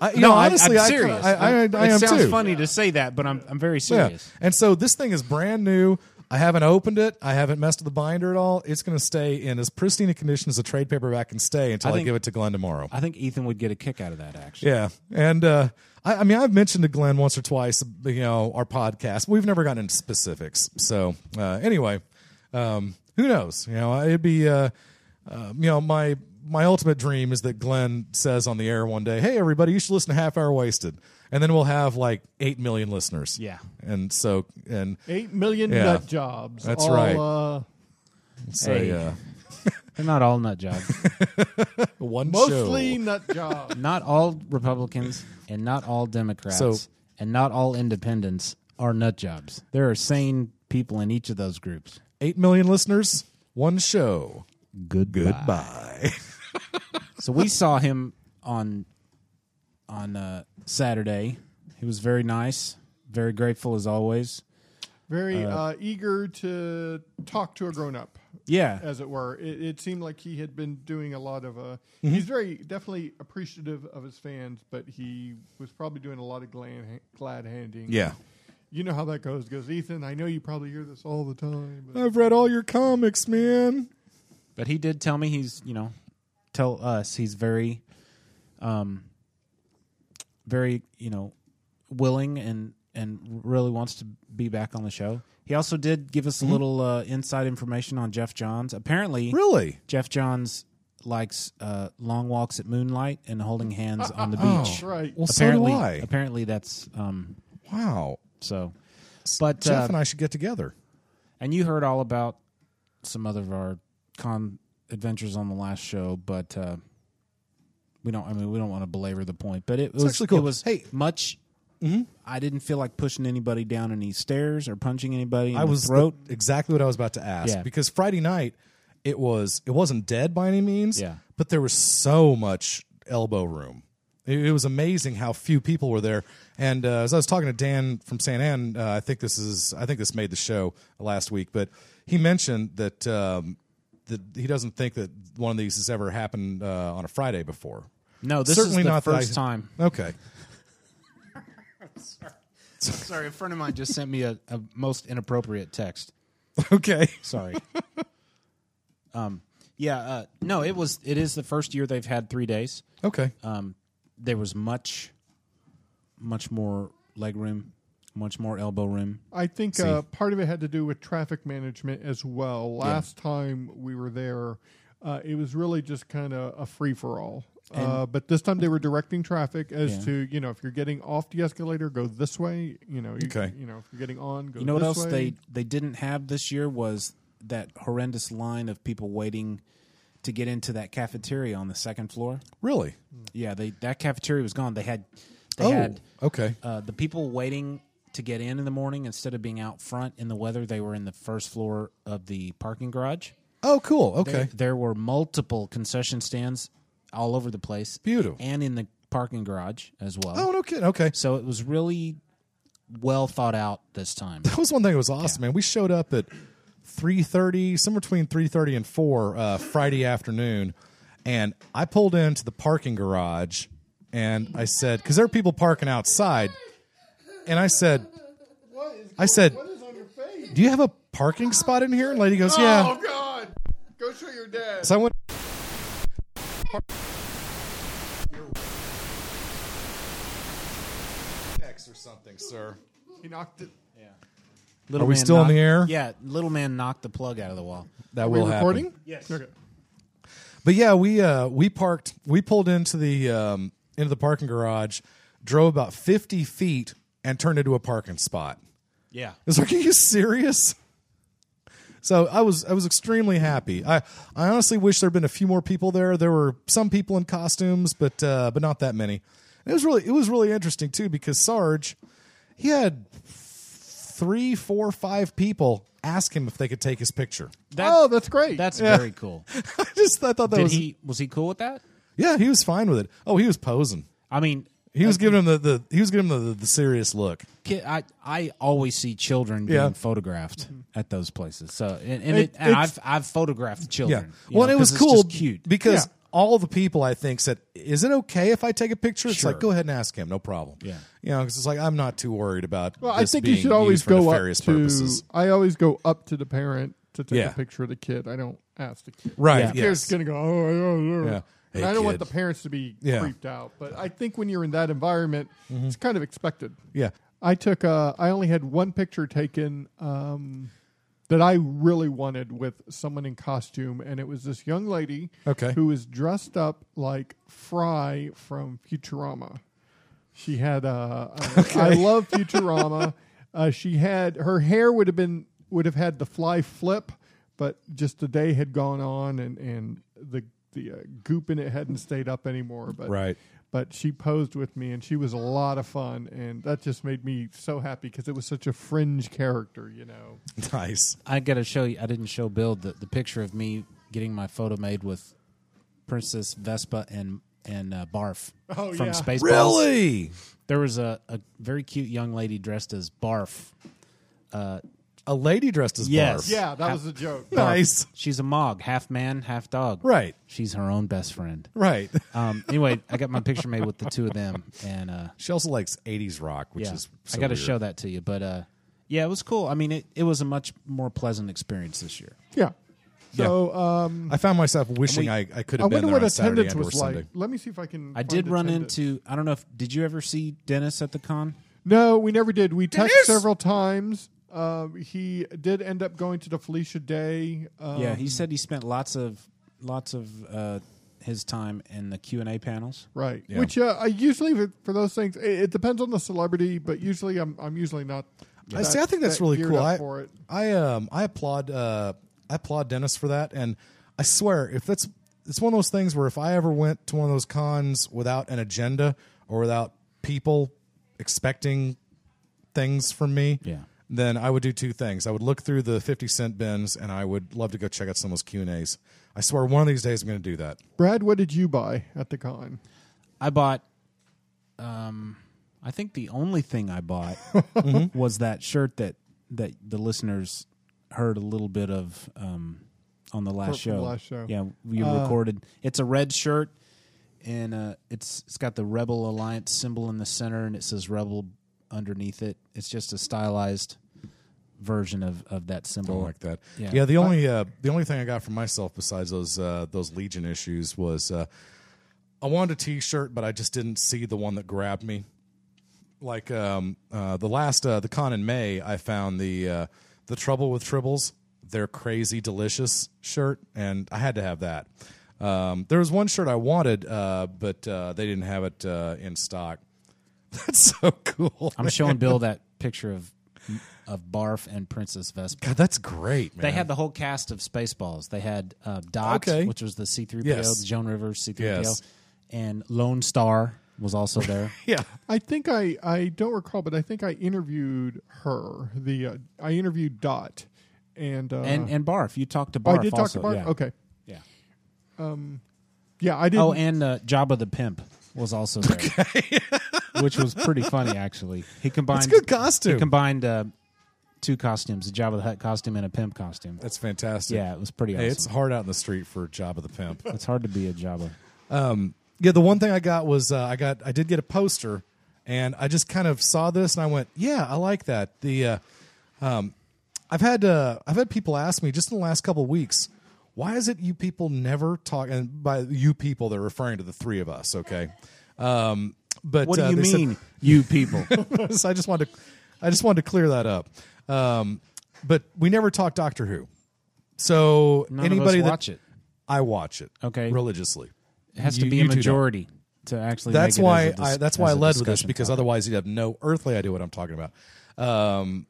S8: I- you
S1: no,
S8: know,
S1: I-
S8: honestly, I
S1: I'm
S8: could-
S1: serious.
S8: I- I- I
S1: it
S8: am
S1: sounds
S8: too.
S1: funny to say that, but I'm I'm very serious.
S8: Yeah. And so this thing is brand new. I haven't opened it. I haven't messed with the binder at all. It's going to stay in as pristine a condition as a trade paperback can stay until I,
S1: think-
S8: give it to Glenn tomorrow.
S1: I think Ethan would get a kick out of that. Actually,
S8: Yeah, and uh, I, I mean, I've mentioned to Glenn once or twice, you know, our podcast. We've never gotten into specifics. So uh, anyway, um, who knows? You know, it'd be, uh, uh, you know, my my ultimate dream is that Glenn says on the air one day, "Hey, everybody, you should listen to Half Hour Wasted," and then we'll have like eight million listeners.
S1: Yeah.
S8: and so and
S2: Eight million
S8: Yeah.
S2: nut jobs.
S8: That's
S2: all,
S8: right.
S2: Uh,
S8: So
S1: Hey.
S8: yeah,
S1: They're not all nut jobs.
S8: one
S2: mostly
S8: show.
S2: nut jobs.
S1: Not all Republicans and not all Democrats
S8: So-
S1: and not all independents are nut jobs. There are sane people in each of those groups.
S8: eight million listeners, one show.
S1: Goodbye.
S8: Goodbye.
S1: So we saw him on on uh, Saturday. He was very nice, very grateful as always.
S2: Very uh,
S1: Uh,
S2: eager to talk to a grown up.
S1: Yeah.
S2: as it were. It, it seemed like he had been doing a lot of. Uh,
S8: Mm-hmm.
S1: Mhm.
S2: He's very definitely appreciative of his fans, but he was probably doing a lot of glad, glad handing.
S8: Yeah.
S2: you know how that goes. Goes Ethan. I know you probably hear this all the time. but-
S8: I've read all your comics, man.
S1: But he did tell me he's, you know, tell us he's very, um, very, you know, willing and and really wants to be back on the show. He also did give us a little uh, inside information on Jeff Johns. Apparently,
S8: Mm-hmm. Really?
S1: Jeff Johns likes uh, long walks at moonlight and holding hands on the beach.
S8: Oh, right. Well, so do
S1: apparently,
S8: I.
S1: apparently that's um,
S8: wow.
S1: So, but
S8: Jeff
S1: uh,
S8: and I should get together.
S1: and you heard all about some other of our con adventures on the last show, but uh, we don't. I mean, we don't want to belabor the point, but it
S8: It's
S1: was
S8: actually cool. Mm-hmm.
S1: It was hey, much. I didn't feel like pushing anybody down any stairs or punching anybody. In
S8: I was
S1: the throat.
S8: exactly what I was about to ask
S1: Yeah.
S8: because Friday night it was it wasn't dead by any means,
S1: Yeah.
S8: but there was so much elbow room. It, it was amazing how few people were there. And uh, as I was talking to Dan from San Ann, uh, I think this is I think this made the show last week, but he mentioned that um, that he doesn't think that one of these has ever happened uh, on a Friday before.
S1: No, this is
S8: certainly
S1: the
S8: not that I-
S1: first time.
S8: Okay,
S1: Sorry, a friend of mine just sent me a, a most inappropriate text.
S8: Okay.
S1: Sorry. um. Yeah. Uh, no. It was. It is the first year they've had three days.
S8: Okay.
S1: Um. There was much, much more leg room, much more elbow room.
S2: I think
S1: See.
S2: uh, part of it had to do with traffic management as well. Last time we were there, uh, it was really just kind of a free for all. Uh,
S1: And-
S2: but this time they were directing traffic as
S1: Yeah.
S2: to you know if you're getting off the escalator, go this way. You know, you,
S1: Okay.
S2: You know, if you're getting on, go.
S1: you know what
S2: this
S1: else
S2: way.
S1: they they didn't have this year was that horrendous line of people waiting to get into that cafeteria on the second floor.
S8: Really?
S1: Yeah, they that cafeteria was gone. They had they
S8: Oh,
S1: had
S8: okay.
S1: uh, the people waiting to get in in the morning instead of being out front in the weather, they were in the first floor of the parking garage.
S8: Oh, cool. Okay.
S1: There, there were multiple concession stands all over the place.
S8: Beautiful.
S1: And in the parking garage as well.
S8: Oh, no kidding. Okay.
S1: So it was really well thought out this time.
S8: That was one thing that was awesome, man. We showed up at three thirty, somewhere between three thirty and four uh, Friday afternoon, and I pulled into the parking garage, and I said, because there are people parking outside, and I said, I said, do you have a parking spot in here? And lady goes, yeah.
S9: Oh God! Go show your dad.
S8: So I went. X or something, sir.
S2: He knocked it.
S1: Yeah.
S8: Are we still in the air?
S1: Yeah, little man knocked the plug out of the wall.
S8: That Are we will happen. recording?
S1: Yes.
S2: Okay.
S8: But yeah, we uh, we parked. We pulled into the um, into the parking garage, drove about fifty feet, and turned into a parking spot.
S1: Yeah.
S8: It's like, are you serious? So I was I was extremely happy. I I honestly wish there'd been a few more people there. There were some people in costumes, but uh, but not that many. And it was really it was really interesting too because Sarge, he had three, four, five people ask him if they could take his picture.
S2: oh, that's great.
S1: That's
S8: Yeah.
S1: very cool.
S8: I just I thought that
S1: Did
S8: was
S1: he was he cool with that?
S8: yeah, he was fine with it. Oh, he was posing.
S1: I mean,
S8: he was giving him the, the he was giving him the, the serious look.
S1: Kid, I I always see children being
S8: Yeah.
S1: photographed at those places. So and, and,
S8: It-
S1: it, and I've
S8: it's-
S1: I've photographed children.
S8: Yeah. Well,
S1: you know,
S8: it
S1: 'cause
S8: was
S1: it's
S8: cool
S1: just cute
S8: because all the people I think said, "Is it okay if I take a picture?" It's
S1: Sure.
S8: like, go ahead and ask him, no problem.
S1: Yeah.
S8: you know, 'cause it's like I'm not too worried about.
S2: Well, I
S8: this
S2: think
S8: being
S2: you should always
S8: used for
S2: go up
S8: nefarious
S2: to.
S8: purposes.
S2: I always go up to the parent to take
S8: Yeah.
S2: a picture of the kid. I don't ask the kid.
S8: Right,
S2: The kid's
S8: yes.
S2: gonna go. Oh, oh, oh.
S8: Yeah.
S2: And
S8: Hey,
S2: I don't want
S8: kid.
S2: the parents to be
S8: Yeah. Mm-hmm.
S2: creeped out, but I think when you're in that environment, it's kind of expected.
S8: Yeah.
S2: I took. Uh, I only had one picture taken um, that I really wanted with someone in costume, and it was this young lady.
S8: Okay.
S2: Who was dressed up like Fry from Futurama. She had. Uh, I- I love Futurama. uh, she had her hair would have been would have had the fly flip, but just the day had gone on, and and the the uh, goop in it hadn't stayed up anymore. But
S8: Right.
S2: But she posed with me, and she was a lot of fun, and that just made me so happy because it was such a fringe character, you know.
S8: Nice.
S1: I got to show you. I didn't show Bill the, the picture of me getting my photo made with Princess Vespa and and uh, Barf
S2: Oh,
S1: from
S2: yeah.
S1: Spaceballs.
S8: Really?
S1: There was a, a very cute young lady dressed as Barf. Uh,
S8: a lady dressed as
S1: Yes.
S8: Barf.
S2: Yeah, that was the joke.
S1: Barf.
S8: Nice.
S1: She's a mog, half man, half dog.
S8: Right.
S1: She's her own best friend.
S8: Right.
S1: Um, anyway, I got my picture made with the two of them, and uh,
S8: she also likes '80s rock, which is so
S1: I got to
S8: weird.
S1: show that to you, but uh, yeah, it was cool. I mean, it, it was a much more pleasant experience this year.
S2: Yeah.
S8: Yeah.
S2: So um,
S8: I found myself wishing I, I could have
S2: wonder
S8: been there
S2: what
S8: on Saturday
S2: attendance
S8: and or
S2: was like.
S8: Sunday.
S2: Let me see if I can.
S1: I
S2: find
S1: did run
S2: attendance.
S1: into. I don't know if did you ever see Dennis at the con?
S2: No, we never did. We
S1: Dennis!
S2: texted several times. Um, he did end up going to the Felicia Day. Um,
S1: yeah, he said he spent lots of lots of uh, his time in the Q and A panels.
S2: Right.
S1: Yeah.
S2: Which uh, I usually for- for those things, it, it depends on the celebrity, but usually I'm I'm usually not.
S8: I
S2: that-
S8: see. I think that's
S2: that
S8: really
S2: geared
S8: cool.
S2: up
S8: I,
S2: for it.
S8: I um I applaud uh I applaud Dennis for that, and I swear if that's it's one of those things where if I ever went to one of those cons without an agenda or without people expecting things from me,
S1: Yeah.
S8: then I would do two things. I would look through the fifty cent bins, and I would love to go check out some of those Q and As. I swear, one of these days I'm going to do that.
S2: Brad, what did you buy at the con?
S1: I bought. Um, I think the only thing I bought
S2: Mm-hmm.
S8: Mhm.
S1: was that shirt that that the listeners heard a little bit of um, on the last
S2: For- from
S1: show.
S2: the last show.
S1: yeah, we
S2: Uh,
S1: recorded. It's a red shirt, and uh, it's it's got the Rebel Alliance symbol in the center, and it says Rebel underneath it. It's just a stylized version of of that symbol.
S8: Don't like that. Yeah. the only uh, the only thing I got for myself besides those uh, those Legion issues was uh, I wanted a T-shirt, but I just didn't see the one that grabbed me. Like um, uh, the last uh, the con in May, I found the uh, the trouble with tribbles. Their crazy delicious shirt, and I had to have that. Um, there was one shirt I wanted, uh, but uh, they didn't have it uh, in stock. That's so cool.
S1: I'm showing Bill that picture of of Barf and Princess Vespa.
S8: God, that's great, man.
S1: They had the whole cast of Spaceballs. They had uh, Dot,
S8: Okay.
S1: which was the C-3PO,
S8: Yes.
S1: the Joan Rivers C-3PO,
S8: Yes.
S1: and Lone Star was also there.
S8: Yeah.
S2: I think I I don't recall, but I think I interviewed her. The uh, I interviewed Dot, and uh,
S1: and and Barf, you talked to
S2: Oh,
S1: Barf.
S2: I did
S1: also.
S2: talk to Barf.
S1: Yeah.
S2: Okay.
S1: Yeah.
S2: Um, yeah, I did.
S1: Oh, and uh, Jabba the Pimp was also there, which was pretty funny actually. He combined
S8: good costume.
S1: He combined uh, two costumes: a Jabba the Hutt costume and a pimp costume.
S8: That's fantastic.
S1: Yeah, it was pretty
S8: Hey, it's
S1: awesome.
S8: hard out in the street for Job of the Pimp.
S1: It's hard to be a Jabba.
S8: Um, yeah, the one thing I got was uh, I got I did get a poster, and I just kind of saw this and I went, yeah, I like that. The uh, um, I've had uh, I've had people ask me just in the last couple of weeks, why is it you people never talk? And by you people, they're referring to the three of us, okay? Um, but
S1: What do
S8: uh,
S1: you
S8: they said-
S1: mean, you people?
S8: so I just wanted to, I just wanted to clear that up. Um, but we never talk Doctor Who, so
S1: None of us
S8: anybody that
S1: watch it.
S8: I watch it
S1: okay
S8: religiously.
S1: It has to
S8: You-
S1: be
S8: you
S1: a
S8: two don't.
S1: majority to actually.
S8: That's
S1: make it
S8: why
S1: as a dis-
S8: I, that's
S1: as
S8: why I
S1: a
S8: led with this
S1: discussion
S8: because
S1: topic.
S8: otherwise you'd have no earthly idea what I'm talking about. Um,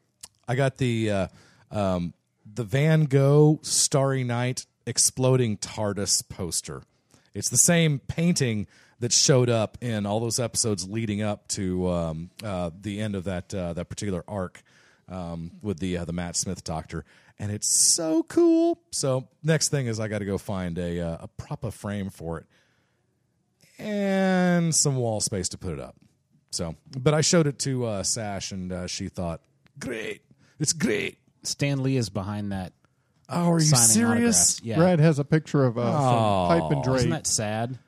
S8: I got the uh, um, the Van Gogh Starry Night exploding TARDIS poster. It's the same painting that showed up in all those episodes leading up to um, uh, the end of that uh, that particular arc um, with the uh, the Matt Smith Doctor, and it's so cool. So next thing is I got to go find a uh, a proper frame for it and some wall space to put it up. So, but I showed it to uh, Sash, and uh, she thought, "Great, it's great."
S1: Stan Lee is behind that.
S8: Oh, are you
S1: signing
S8: serious?
S1: autographs. Yeah.
S2: Brad has a picture of uh, some pipe and
S1: Isn't
S2: Drake.
S1: that sad?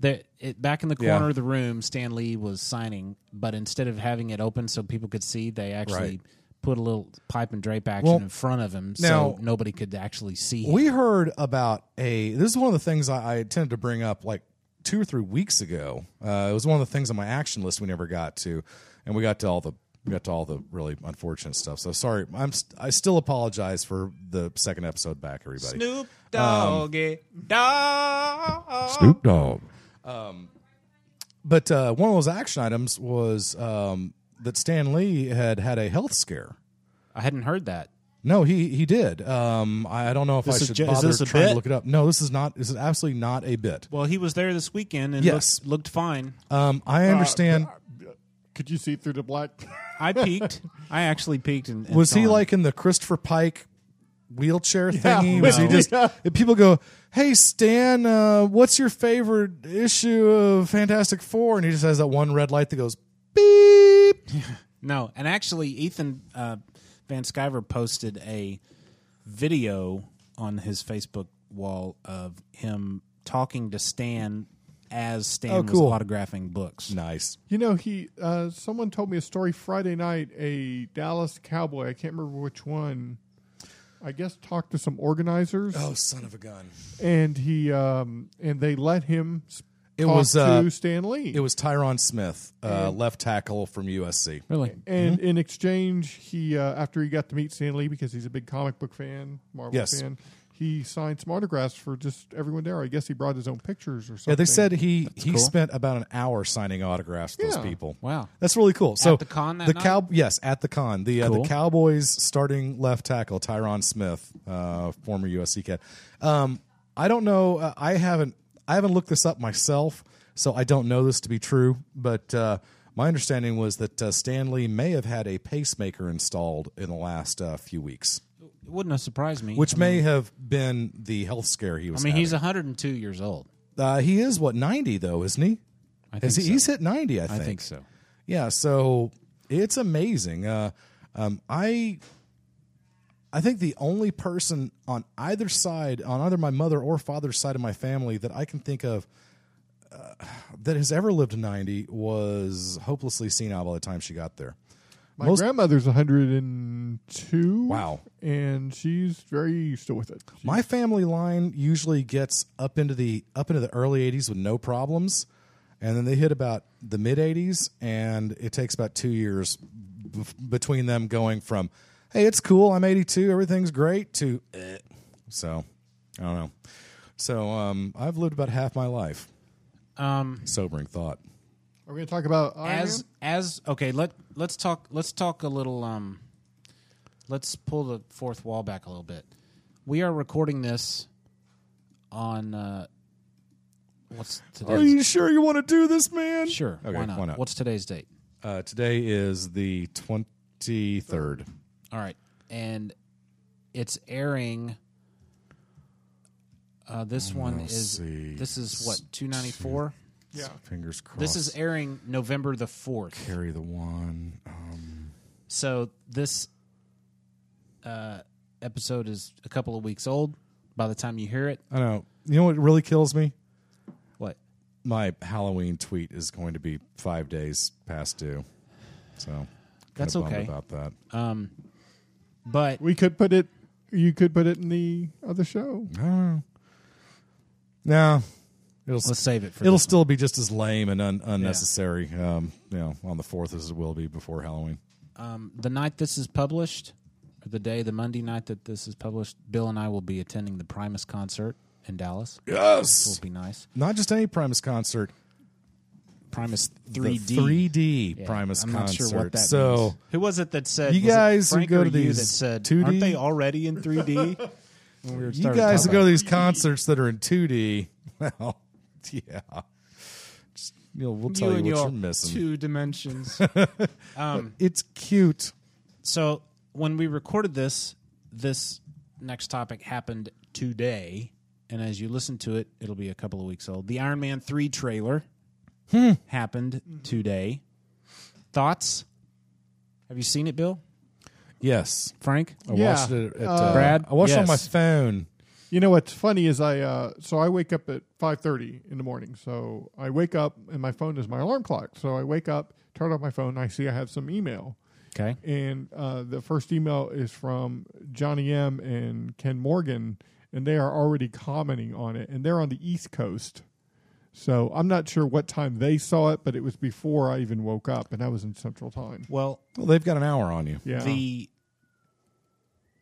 S1: There, it, back in the
S8: Yeah.
S1: corner of the room, Stan Lee was signing, but instead of having it open so people could see, they actually
S8: Right.
S1: put a little pipe and drape action
S8: Well,
S1: in front of him
S8: now-
S1: so nobody could actually see him.
S8: We heard about a. This is one of the things I, I intended to bring up like two or three weeks ago. Uh, it was one of the things on my action list we never got to, and we got to all the we got to all the really unfortunate stuff. So sorry, I'm st- I still apologize for the second episode back, everybody.
S1: Snoop eh,
S8: Um,
S1: Doggy Dog.
S8: Snoop Dogg. Oh. Um, but uh, one of those action items was um, that Stan Lee had had a health scare.
S1: I hadn't heard that.
S8: No, he he did. Um, I, I don't know if
S1: This
S8: I
S1: is
S8: should
S1: ju- is
S8: bother
S1: this a
S8: trying to
S1: bit?
S8: look it up. No, this is not. This is absolutely not a bit.
S1: Well, he was there this weekend and
S8: Yes.
S1: looked, looked fine.
S8: Um, I
S1: Uh,
S8: understand.
S2: Could you see through the black?
S1: I peeked. I actually peeked. And, and
S8: was
S1: saw
S8: he
S1: him.
S8: like in the Christopher Pike wheelchair
S1: Yeah,
S8: thingy? Was he
S1: no.
S8: just?
S1: Yeah.
S8: if People go, "Hey Stan, uh, what's your favorite issue of Fantastic Four? And he just has that one red light that goes.
S1: No, and actually, Ethan uh, Van Skyver posted a video on his Facebook wall of him talking to Stan as Stan
S8: Oh, cool.
S1: was autographing books.
S8: Nice.
S2: You know, he uh, someone told me a story Friday night. A Dallas Cowboy, I can't remember which one. I guess talked to some organizers.
S8: Oh, son of a gun!
S2: And he um, and they let him. s-
S8: It
S2: talk
S8: was uh,
S2: to Stan Lee.
S8: It was Tyron Smith, uh,
S1: Mm-hmm.
S2: And-
S8: left tackle from USC.
S1: Really?
S2: And
S8: Mm-hmm.
S2: in exchange, he uh, after he got to meet Stan Lee because he's a big comic book fan, Marvel
S8: Yes.
S2: fan. He signed some autographs for just everyone there. I guess he brought his own pictures or something.
S8: Yeah, they said he he
S2: cool.
S8: spent about an hour signing autographs to
S2: Yeah.
S8: those people.
S1: Wow.
S8: that's really cool. So
S1: the con that
S8: the
S1: night?
S8: cow, yes, at the con, the uh,
S1: Cool.
S8: the Cowboys starting left tackle Tyron Smith, uh, former USC cat. Um, I don't know. Uh, I haven't I haven't looked this up myself, so I don't know this to be true. But uh, my understanding was that uh, Stanley may have had a pacemaker installed in the last uh, few weeks,
S1: It wouldn't have surprised me.
S8: which
S1: I
S8: may
S1: mean-
S8: have been the health scare he
S1: Mm-hmm. I
S8: was.
S1: mean,
S8: having.
S1: he's 102 years old.
S8: Uh, he is what ninety though, isn't he?
S1: I
S8: Has
S1: think
S8: he- He's hit ninety. I
S1: I
S8: think.
S1: think so.
S8: Yeah. So it's amazing. Uh, um, I I think the only person on either side, on either my mother or father's side of my family, that I can think of uh, that has ever lived to ninety was hopelessly senile by the time she got there.
S2: My
S8: Most-
S2: grandmother's 102.
S8: Wow.
S2: And she's very still with it.
S8: My family line usually gets up into the up into the early 80s with no problems, and then they hit about the mid 80s, and it takes about two years b- between them going from "Hey, it's cool, I'm 82, everything's great" to eh. so I don't know. So um, I've lived about half my life.
S1: Um,
S8: Sobering thought.
S2: Are we going to talk about Iron
S1: as as okay let let's talk let's talk a little um let's pull the fourth wall back a little bit we are recording this on uh what's today
S8: Are you sure you want to do this, man?
S1: Sure.
S8: Okay,
S1: why, not?
S8: why not?
S1: what's today's date
S8: Uh, today is the 23rd.
S1: all right and it's airing uh this one
S8: Mm, Let's
S1: is
S8: see.
S1: this is what 294
S8: Yeah. Fingers
S1: this
S8: crossed.
S1: is airing november the 4th
S8: Carry the one. um,
S1: So this uh, episode is a couple of weeks old by the time you hear it.
S8: I know. You know what really kills me?
S1: What?
S8: My Halloween tweet is going to be five days past due. So kinda
S1: That's
S8: bummed
S1: okay.
S8: about that.
S1: Um, but
S2: we could put it. You could put it in the other show.
S8: No, No, Ah. it'll
S1: Let's save it for
S8: It'll
S1: this
S8: still be just as lame and un- unnecessary. Um, you know, on the fourth as it will be before Halloween.
S1: Um, the night this is published, or the day, the Monday night that this is published, Bill and I will be attending the Primus concert in Dallas.
S8: Yes!
S1: Which will be nice.
S8: Not just any Primus concert.
S1: Primus
S8: The
S1: 3D.
S8: 3D
S1: Yeah,
S8: Primus
S1: I'm not
S8: concert.
S1: sure what that
S8: so
S1: means. Who was it that said?
S8: You
S1: was it
S8: guys who
S1: Frank
S8: go
S1: or
S8: to
S1: you that
S8: these
S1: said,
S8: 2D?
S1: aren't they already in 3D? When we were
S8: you
S1: starting to
S8: guys
S1: talk
S8: that go
S1: about
S8: to
S1: it.
S8: these concerts that are in 2D, well, yeah. Just, you know, we'll tell you,
S1: and
S8: what
S1: your
S8: you're missing.
S1: two dimensions. um,
S8: it's cute.
S1: So when we recorded this, this next topic happened today, and as you listen to it, it'll be a couple of weeks old. The Iron Man three trailer
S8: Hmm.
S1: happened today. Thoughts? Have you seen it, Bill?
S8: Yes,
S1: Frank.
S8: I
S2: Yeah.
S8: watched it at
S2: Uh,
S8: uh,
S2: Brad?
S8: I watched it on my
S2: Yes.
S8: phone.
S2: You know what's funny is I uh, so I wake up at five thirty in the morning. So I wake up and my phone is my alarm clock. So I wake up, turn off my phone, and I see I have some email.
S1: Okay.
S2: And uh, the first email is from Johnny M and Ken Morgan, and they are already commenting on it, and they're on the East Coast. So I'm not sure what time they saw it, but it was before I even woke up, and I was in Central Time.
S1: Well,
S8: Well, they've got an hour on you.
S2: Yeah.
S1: The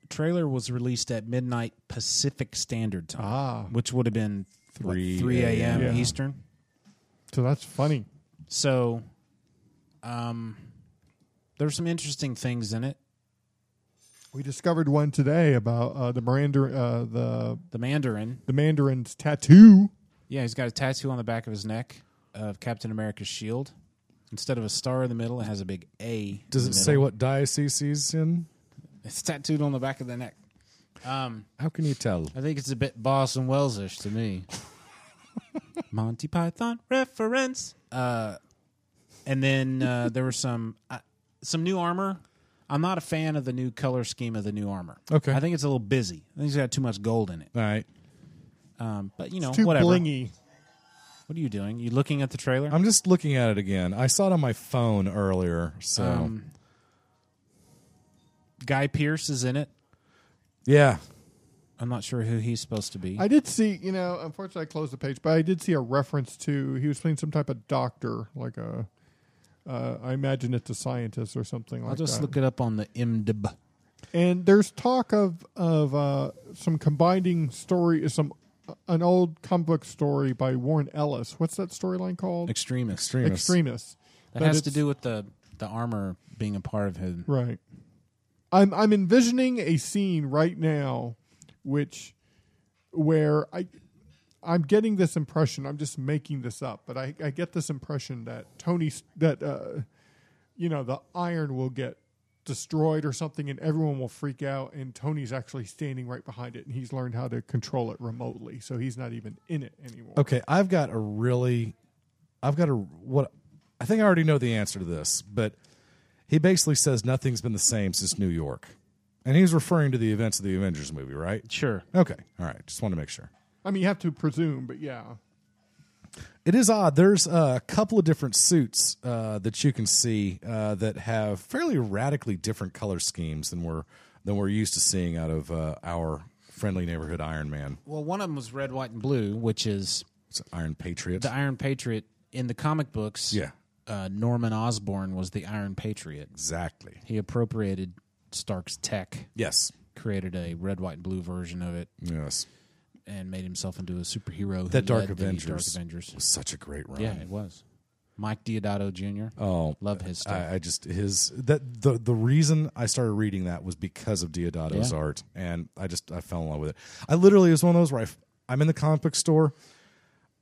S1: trailer was released at midnight Pacific Standard Time,
S8: Ah.
S1: which would have been what,
S8: 3
S1: 3 a.m.
S2: Yeah.
S1: Eastern.
S2: so that's funny.
S1: So, um, there's some interesting things in it.
S2: We discovered one today about uh, the Miranda, uh, the
S1: The Mandarin.
S2: the Mandarin's tattoo.
S1: Yeah, he's got a tattoo on the back of his neck of Captain America's shield. Instead of a star in the middle, it has a big A.
S8: Does
S1: in
S8: it
S1: the
S8: say
S1: middle.
S8: what diocese he's in?
S1: It's tattooed on the back of the neck. Um,
S8: How can you tell?
S1: I think it's a bit Boston Wellsish to me. Monty Python reference. Uh, and then uh, there were some uh, some new armor. I'm not a fan of the new color scheme of the new armor.
S8: Okay.
S1: I think it's a little busy. I think it's got too much gold in it.
S8: All right.
S1: Um, but you know,
S8: too
S1: whatever.
S8: blingy.
S1: What are you doing? You looking at the trailer?
S8: I'm just looking at it again. I saw it on my phone earlier. So
S1: Um, Guy Pierce is in it.
S8: yeah,
S1: I'm not sure who he's supposed to be.
S2: I did see, you know, unfortunately I closed the page, but I did see a reference to he was playing some type of doctor, like a, uh, I imagine it's a scientist or something
S1: I'll
S2: like
S1: just
S2: that.
S1: look it up on the IMDb.
S2: and there's talk of of uh, some combining story, some uh, an old comic book story by Warren Ellis. What's that storyline called?
S1: Extremist.
S2: Extremists. Extremists.
S1: That
S2: But
S1: has to
S2: it's-
S1: do with the the armor being a part of him.
S2: Right. I'm I'm envisioning a scene right now which where I I'm getting this impression. I'm just making this up, but I, I get this impression that Tony that uh, you know the iron will get destroyed or something, and everyone will freak out. And Tony's actually standing right behind it, and he's learned how to control it remotely, so he's not even in it anymore.
S8: Okay, I've got a really, I've got a what I think I already know the answer to this, but he basically says nothing's been the same since New York, and he's referring to the events of the Avengers movie, right?
S1: Sure.
S8: Okay. All right. Just want to make sure.
S2: I mean, you have to presume, but yeah,
S8: It is odd. There's uh, a couple of different suits uh, that you can see uh, that have fairly radically different color schemes than we're than we're used to seeing out of uh, our friendly neighborhood Iron Man.
S1: Well, one of them was red, white, and blue, which is
S8: it's Iron Patriot.
S1: The Iron Patriot in the comic books.
S8: Yeah.
S1: Uh, Norman Osborn was the Iron Patriot.
S8: Exactly.
S1: He appropriated Stark's tech.
S8: Yes.
S1: Created a red, white, and blue version of it.
S8: Yes.
S1: And made himself into a superhero. who
S8: That Dark
S1: led the
S8: Avengers,
S1: Dark Avengers
S8: was such a great run.
S1: Yeah, it was. Mike Diodato Jr.
S8: Oh,
S1: love his stuff.
S8: I, I just his that the the reason I started reading that was because of Diodato's
S1: Yeah.
S8: art, and I just I fell in love with it. I literally it was one of those where I, am in the comic book store.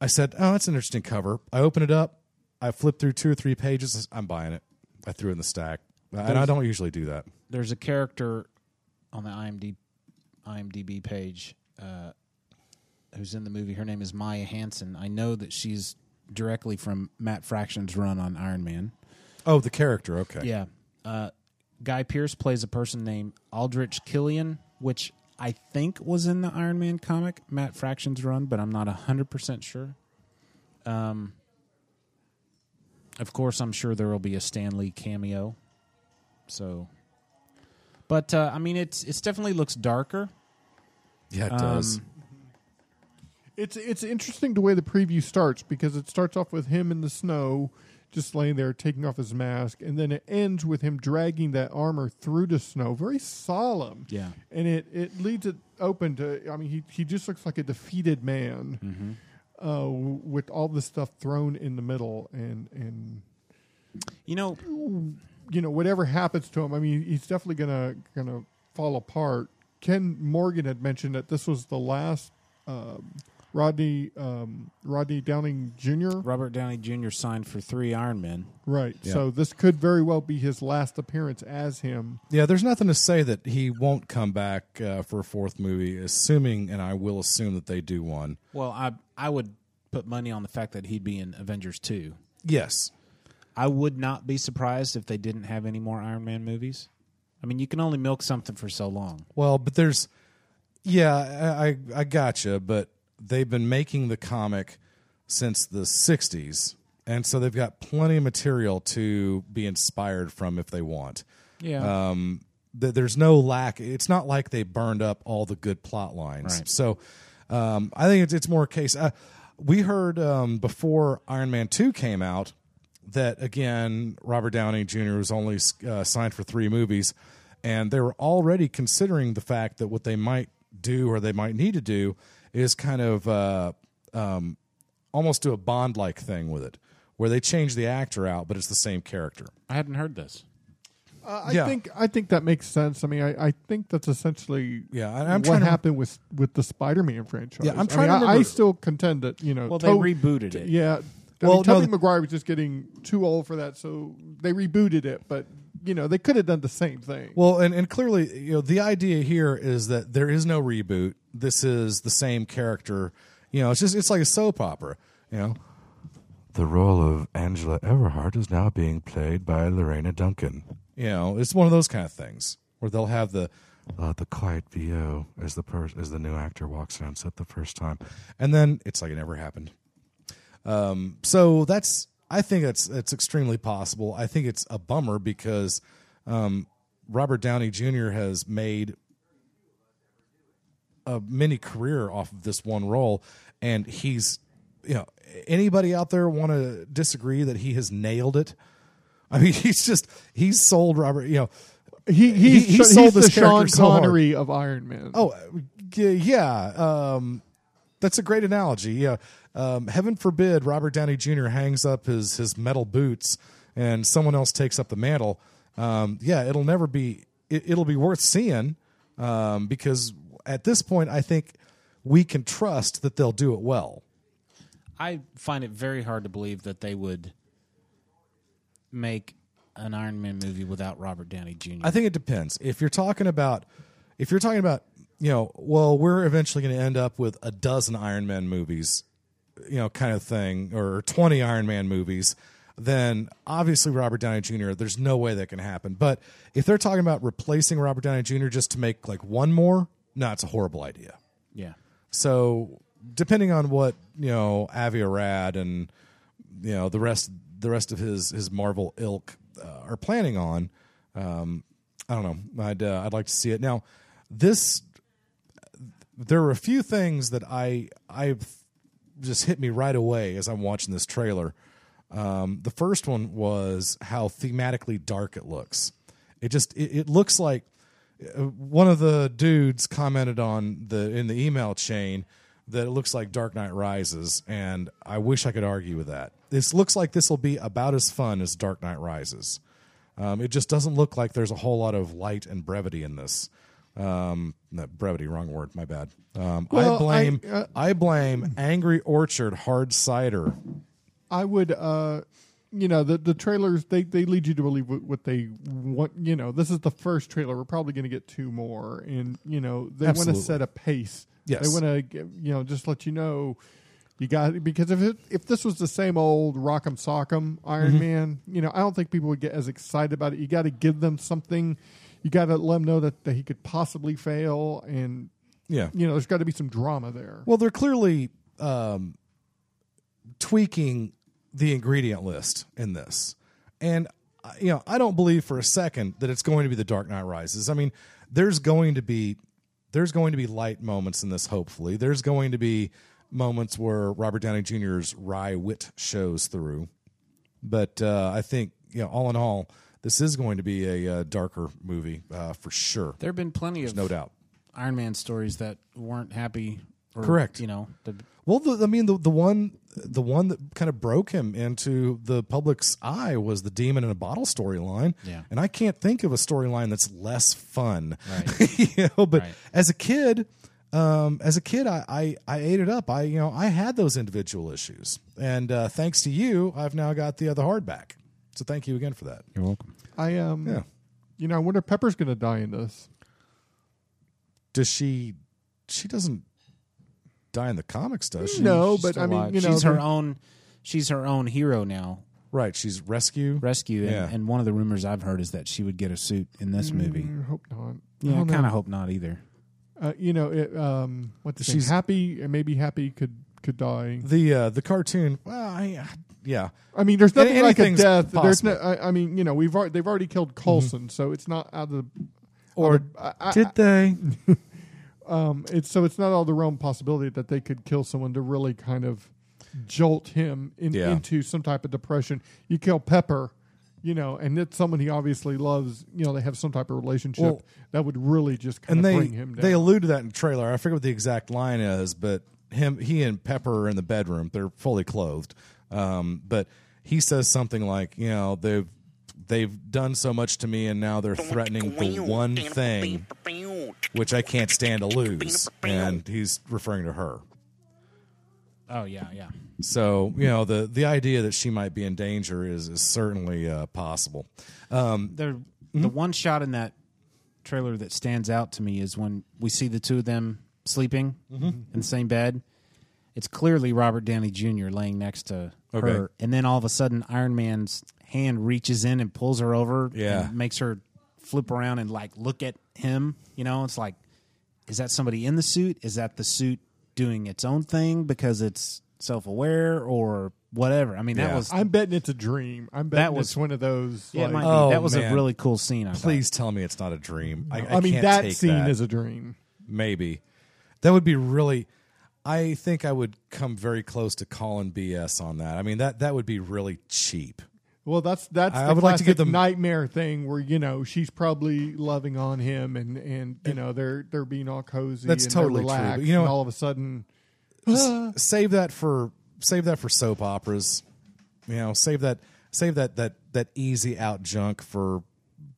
S8: I said, "Oh, that's an interesting cover." I open it up, I flip through two or three pages. I'm buying it. I threw it in the stack, and I
S1: There's-
S8: don't usually do that.
S1: There's a character on the IMD, IMDb page uh, who's in the movie. Her name is Maya Hansen. I know that she's directly from Matt Fraction's run on Iron Man.
S8: Oh, the character. Okay.
S1: Yeah. Uh, Guy Pierce plays a person named Aldrich Killian, which I think was in the Iron Man comic, Matt Fraction's run, but I'm not 100% sure. Um, of course, I'm sure there will be a Stanley cameo. So, but uh, I mean, it's it's definitely looks darker.
S8: Yeah, it
S1: Um,
S8: does.
S2: It's it's interesting the way the preview starts because it starts off with him in the snow, just laying there taking off his mask, and then it ends with him dragging that armor through the snow. Very solemn.
S1: Yeah.
S2: And it, it leads it open to I mean he he just looks like a defeated man, uh, w- with all this stuff thrown in the middle and and
S1: you know
S2: you know whatever happens to him. I mean he's definitely gonna gonna fall apart. Ken Morgan had mentioned that this was the last. Um, Rodney um, Rodney Downing Jr.
S1: Robert Downey Jr. signed for three Iron Men.
S2: Right.
S1: Yeah.
S2: So this could very well be his last appearance as him.
S8: Yeah, there's nothing to say that he won't come back uh, for a fourth movie, assuming, and I will assume that they do one.
S1: Well, I I would put money on the fact that he'd be in Avengers two.
S8: Yes.
S1: I would not be surprised if they didn't have any more Iron Man movies. I mean, you can only milk something for so long.
S8: Well, but there's, yeah, I I, I gotcha. But they've been making the comic since the '60s, and so they've got plenty of material to be inspired from if they want.
S1: Yeah.
S8: Um. th- There's no lack. It's not like they burned up all the good plot lines.
S1: Right.
S8: So, um, I think it's it's more a case. Uh, we heard um, before Iron Man Two came out that again Robert Downey Jr. was only uh, signed for three movies, and they were already considering the fact that what they might do or they might need to do is kind of uh, um, almost do a Bond like thing with it, where they change the actor out, but it's the same character.
S1: I hadn't heard this.
S2: Uh, I
S8: Yeah.
S2: think I think that makes sense. I mean, I, I think that's essentially
S8: Yeah, I- I'm
S2: what
S8: trying to-
S2: happened with with the Spider-Man franchise.
S8: Yeah, I'm
S2: I
S8: trying to
S2: mean, I, I
S8: remember-
S2: still contend that you know.
S1: Well, they rebooted it.
S2: Yeah. I
S8: Well,
S2: mean, Tobey
S8: no, the-
S2: Maguire was just getting too old for that, so they rebooted it. But you know, they could have done the same thing.
S8: Well, and, and clearly, you know, the idea here is that there is no reboot. This is the same character. You know, it's just it's like a soap opera. You know,
S17: The role of Angela Everhart is now being played by Lorena Duncan.
S8: You know, it's one of those kind of things where they'll have the
S17: uh, the quiet VO as the per- as the new actor walks on set the first time.
S8: and then it's like it never happened. Um, so that's I think that's that's extremely possible. I think it's a bummer because um, Robert Downey Jr. has made a mini career off of this one role, and he's you know anybody out there want to disagree that he has nailed it? I mean, he's just he's sold Robert. You know,
S2: he
S8: he,
S2: he's, he's
S8: sold this
S2: the Sean
S8: character so hard.
S2: Connery of Iron Man.
S8: Oh, y- yeah. Um, that's a great analogy. Yeah. Um, heaven forbid Robert Downey Jr. hangs up his, his metal boots and someone else takes up the mantle. Um, yeah, it'll never be, it, it'll be worth seeing um, because at this point, I think we can trust that they'll do it well.
S1: I find it very hard to believe that they would make an Iron Man movie without Robert Downey Jr.
S8: I think it depends. If you're talking about, if you're talking about, you know, well, we're eventually going to end up with a dozen Iron Man movies, you know, kind of thing, or 20 Iron Man movies, then obviously Robert Downey Jr., there's no way that can happen. But if they're talking about replacing Robert Downey Jr. just to make like one more, no, it's a horrible idea.
S1: Yeah.
S8: So depending on what you know, Avi Arad and you know the rest, the rest of his his Marvel ilk uh, are planning on. Um, I don't know. I'd uh, I'd like to see it now. This there were a few things that I I just hit me right away as I'm watching this trailer. Um, the first one was how thematically dark it looks. It just it, it looks like uh, one of the dudes commented on the in the email chain that it looks like Dark Knight Rises, and I wish I could argue with that. This looks like this will be about as fun as Dark Knight Rises. Um, it just doesn't look like there's a whole lot of light and brevity in this. Um, no, brevity, wrong word. My bad. Um, I
S2: Well,
S8: blame
S2: I, uh,
S8: I blame Angry Orchard Hard Cider.
S2: I would, uh, you know, the the trailers they they lead you to believe what, what they want. You know, this is the first trailer. We're probably going to get two more, and you know, they want to
S8: Absolutely.
S2: set a pace.
S8: Yes.
S2: they want to, you know, just let you know. You got because if it, if this was the same old Rock'em Sock'em Iron
S8: Mhm.
S2: Man, you know I don't think people would get as excited about it. You got to give them something. You got to let them know that, that he could possibly fail, and
S8: Yeah.
S2: you know there's got to be some drama there.
S8: Well, they're clearly um, tweaking the ingredient list in this, and uh, you know I don't believe for a second that it's going to be the Dark Knight Rises. I mean, there's going to be there's going to be light moments in this. Hopefully, there's going to be moments where Robert Downey Jr.'s wry wit shows through, but uh, I think you know all in all. This is going to be a uh, darker movie uh, for sure.
S1: There have been plenty
S8: There's
S1: of
S8: no doubt.
S1: Iron Man stories that weren't happy. Or,
S8: Correct.
S1: You know, the,
S8: Well, the, I mean, the, the one the one that kind of broke him into the public's eye was the demon in a bottle storyline.
S1: Yeah.
S8: And I can't think of a storyline that's less fun. Right. you know, but as a kid, um, as a kid, I, I I ate it up. I you know I had those individual issues, and uh, thanks to you, I've now got the other hardback. So thank you again for that.
S1: You're welcome.
S2: I um,
S8: Yeah.
S2: you know I wonder if Pepper's going to die in this.
S8: Does she? She doesn't die in the comics, does she?
S2: No,
S8: She's
S2: but
S8: still
S2: I mean,
S8: alive.
S2: you know,
S1: she's her own. She's her own hero now.
S8: Right. She's rescue.
S1: Rescue. and-
S8: Yeah.
S1: And, one of the rumors I've heard is that she would get a suit in this movie.
S2: Mm, hope not.
S1: Yeah, I
S2: don't know.
S1: kind of hope not either.
S2: Uh, you know, it, um, what she's
S8: She's-
S2: happy and maybe happy could could die.
S8: the uh, the cartoon. Well, I, yeah.
S2: I mean, there's nothing like a
S8: Anything's
S2: death. There's
S8: possible. Mm-hmm.
S2: no. I, I mean, you know, we've already, they've already killed Coulson, so it's not out of the out
S8: Or
S2: of- I- I-
S8: did they?
S2: um, it's so it's not out of the realm of possibility that they could kill someone to really kind of jolt him in,
S8: Yeah.
S2: into some type of depression. You kill Pepper. You know, and it's someone he obviously loves. You know, they have some type of relationship
S8: Well,
S2: that would really just kind
S8: and
S2: of
S8: they
S2: bring him down.
S8: they allude to that in the trailer. I forget what the exact line is, but him he and Pepper are in the bedroom. They're fully clothed, um, but he says something like, you know, they've they've done so much to me, and now they're threatening the one thing which I can't stand to lose, and he's referring to her.
S1: Oh yeah, yeah.
S8: So you know the the idea that she might be in danger is is certainly uh, possible. Um,
S1: There, the one shot in that trailer that stands out to me is when we see the two of them sleeping
S8: Mhm.
S1: in the same bed. It's clearly Robert Downey Jr. laying next to
S8: Okay.
S1: her, and then all of a sudden, Iron Man's hand reaches in and pulls her over.
S8: Yeah.
S1: and makes her flip around and like look at him. You know, it's like, is that somebody in the suit? Is that the suit doing its own thing because it's self aware or whatever? I mean, that was
S2: I'm betting it's a dream. I'm betting
S1: that was
S2: it's one of those.
S1: Yeah, it
S2: like-
S1: might be. that was a really cool scene. I thought.
S8: Oh, Please tell me it's not a dream. I,
S2: No.
S8: I
S2: I mean,
S8: can't
S2: that
S8: take
S2: scene
S8: is
S2: is a dream.
S8: Maybe that would be really. I think I would come very close to calling BS on that. I mean that that would be really cheap.
S2: Well, that's that's
S8: I-
S2: the
S8: I would like to give
S2: classic
S8: them-
S2: nightmare thing where you know she's probably loving on him and and you know they're they're being all cozy.
S8: That's
S2: and they're
S8: totally true, but
S2: relaxed,
S8: you know-
S2: and all of a sudden,
S8: S- save that for save that for soap operas. You know, save that save that that that easy out junk for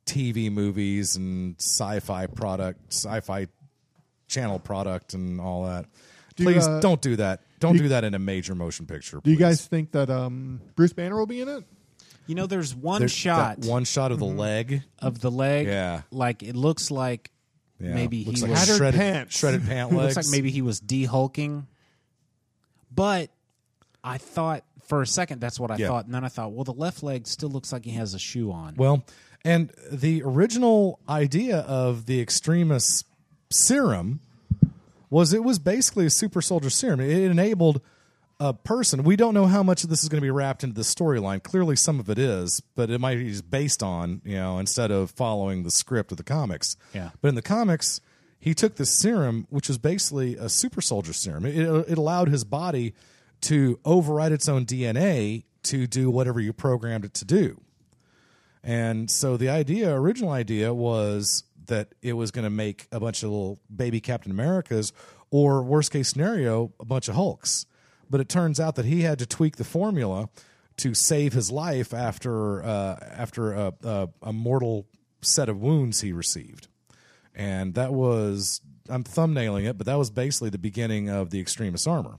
S8: TV movies and sci-fi product, sci-fi channel product, and all that.
S2: Do,
S8: please
S2: uh,
S8: don't do that. Don't
S2: do-
S8: do, that in a major motion picture.
S2: do you
S8: please.
S2: guys think that um Bruce Banner will be in it?
S1: You know, there's one
S8: There- that
S1: shot
S8: one shot of the
S2: Mm-hmm.
S8: leg
S1: of the leg.
S8: Yeah.
S1: like it looks like
S8: Yeah.
S1: maybe
S8: Looks
S1: he
S8: like
S1: was
S8: Tattered shredded- pants. shredded pant
S1: Looks like
S8: legs.
S1: maybe he was de-hulking. But I thought for a second that's what I
S8: Yeah.
S1: thought, and then I thought, well, the left leg still looks like he has a shoe on.
S8: Well, and the original idea of the extremist serum was it was basically a super soldier serum. It enabled a person. We don't know how much of this is going to be wrapped into the storyline. Clearly, some of it is, but it might be just based on you know instead of following the script of the comics.
S1: Yeah.
S8: But in the comics, he took this serum, which was basically a super soldier serum. It, it allowed his body to override its own DNA to do whatever you programmed it to do. And so the idea, original idea, was that it was going to make a bunch of little baby Captain Americas, or worst case scenario, a bunch of Hulks. But it turns out that he had to tweak the formula to save his life after uh, after a, a, a mortal set of wounds he received, and that was I'm thumbnailing it, but that was basically the beginning of the extremist armor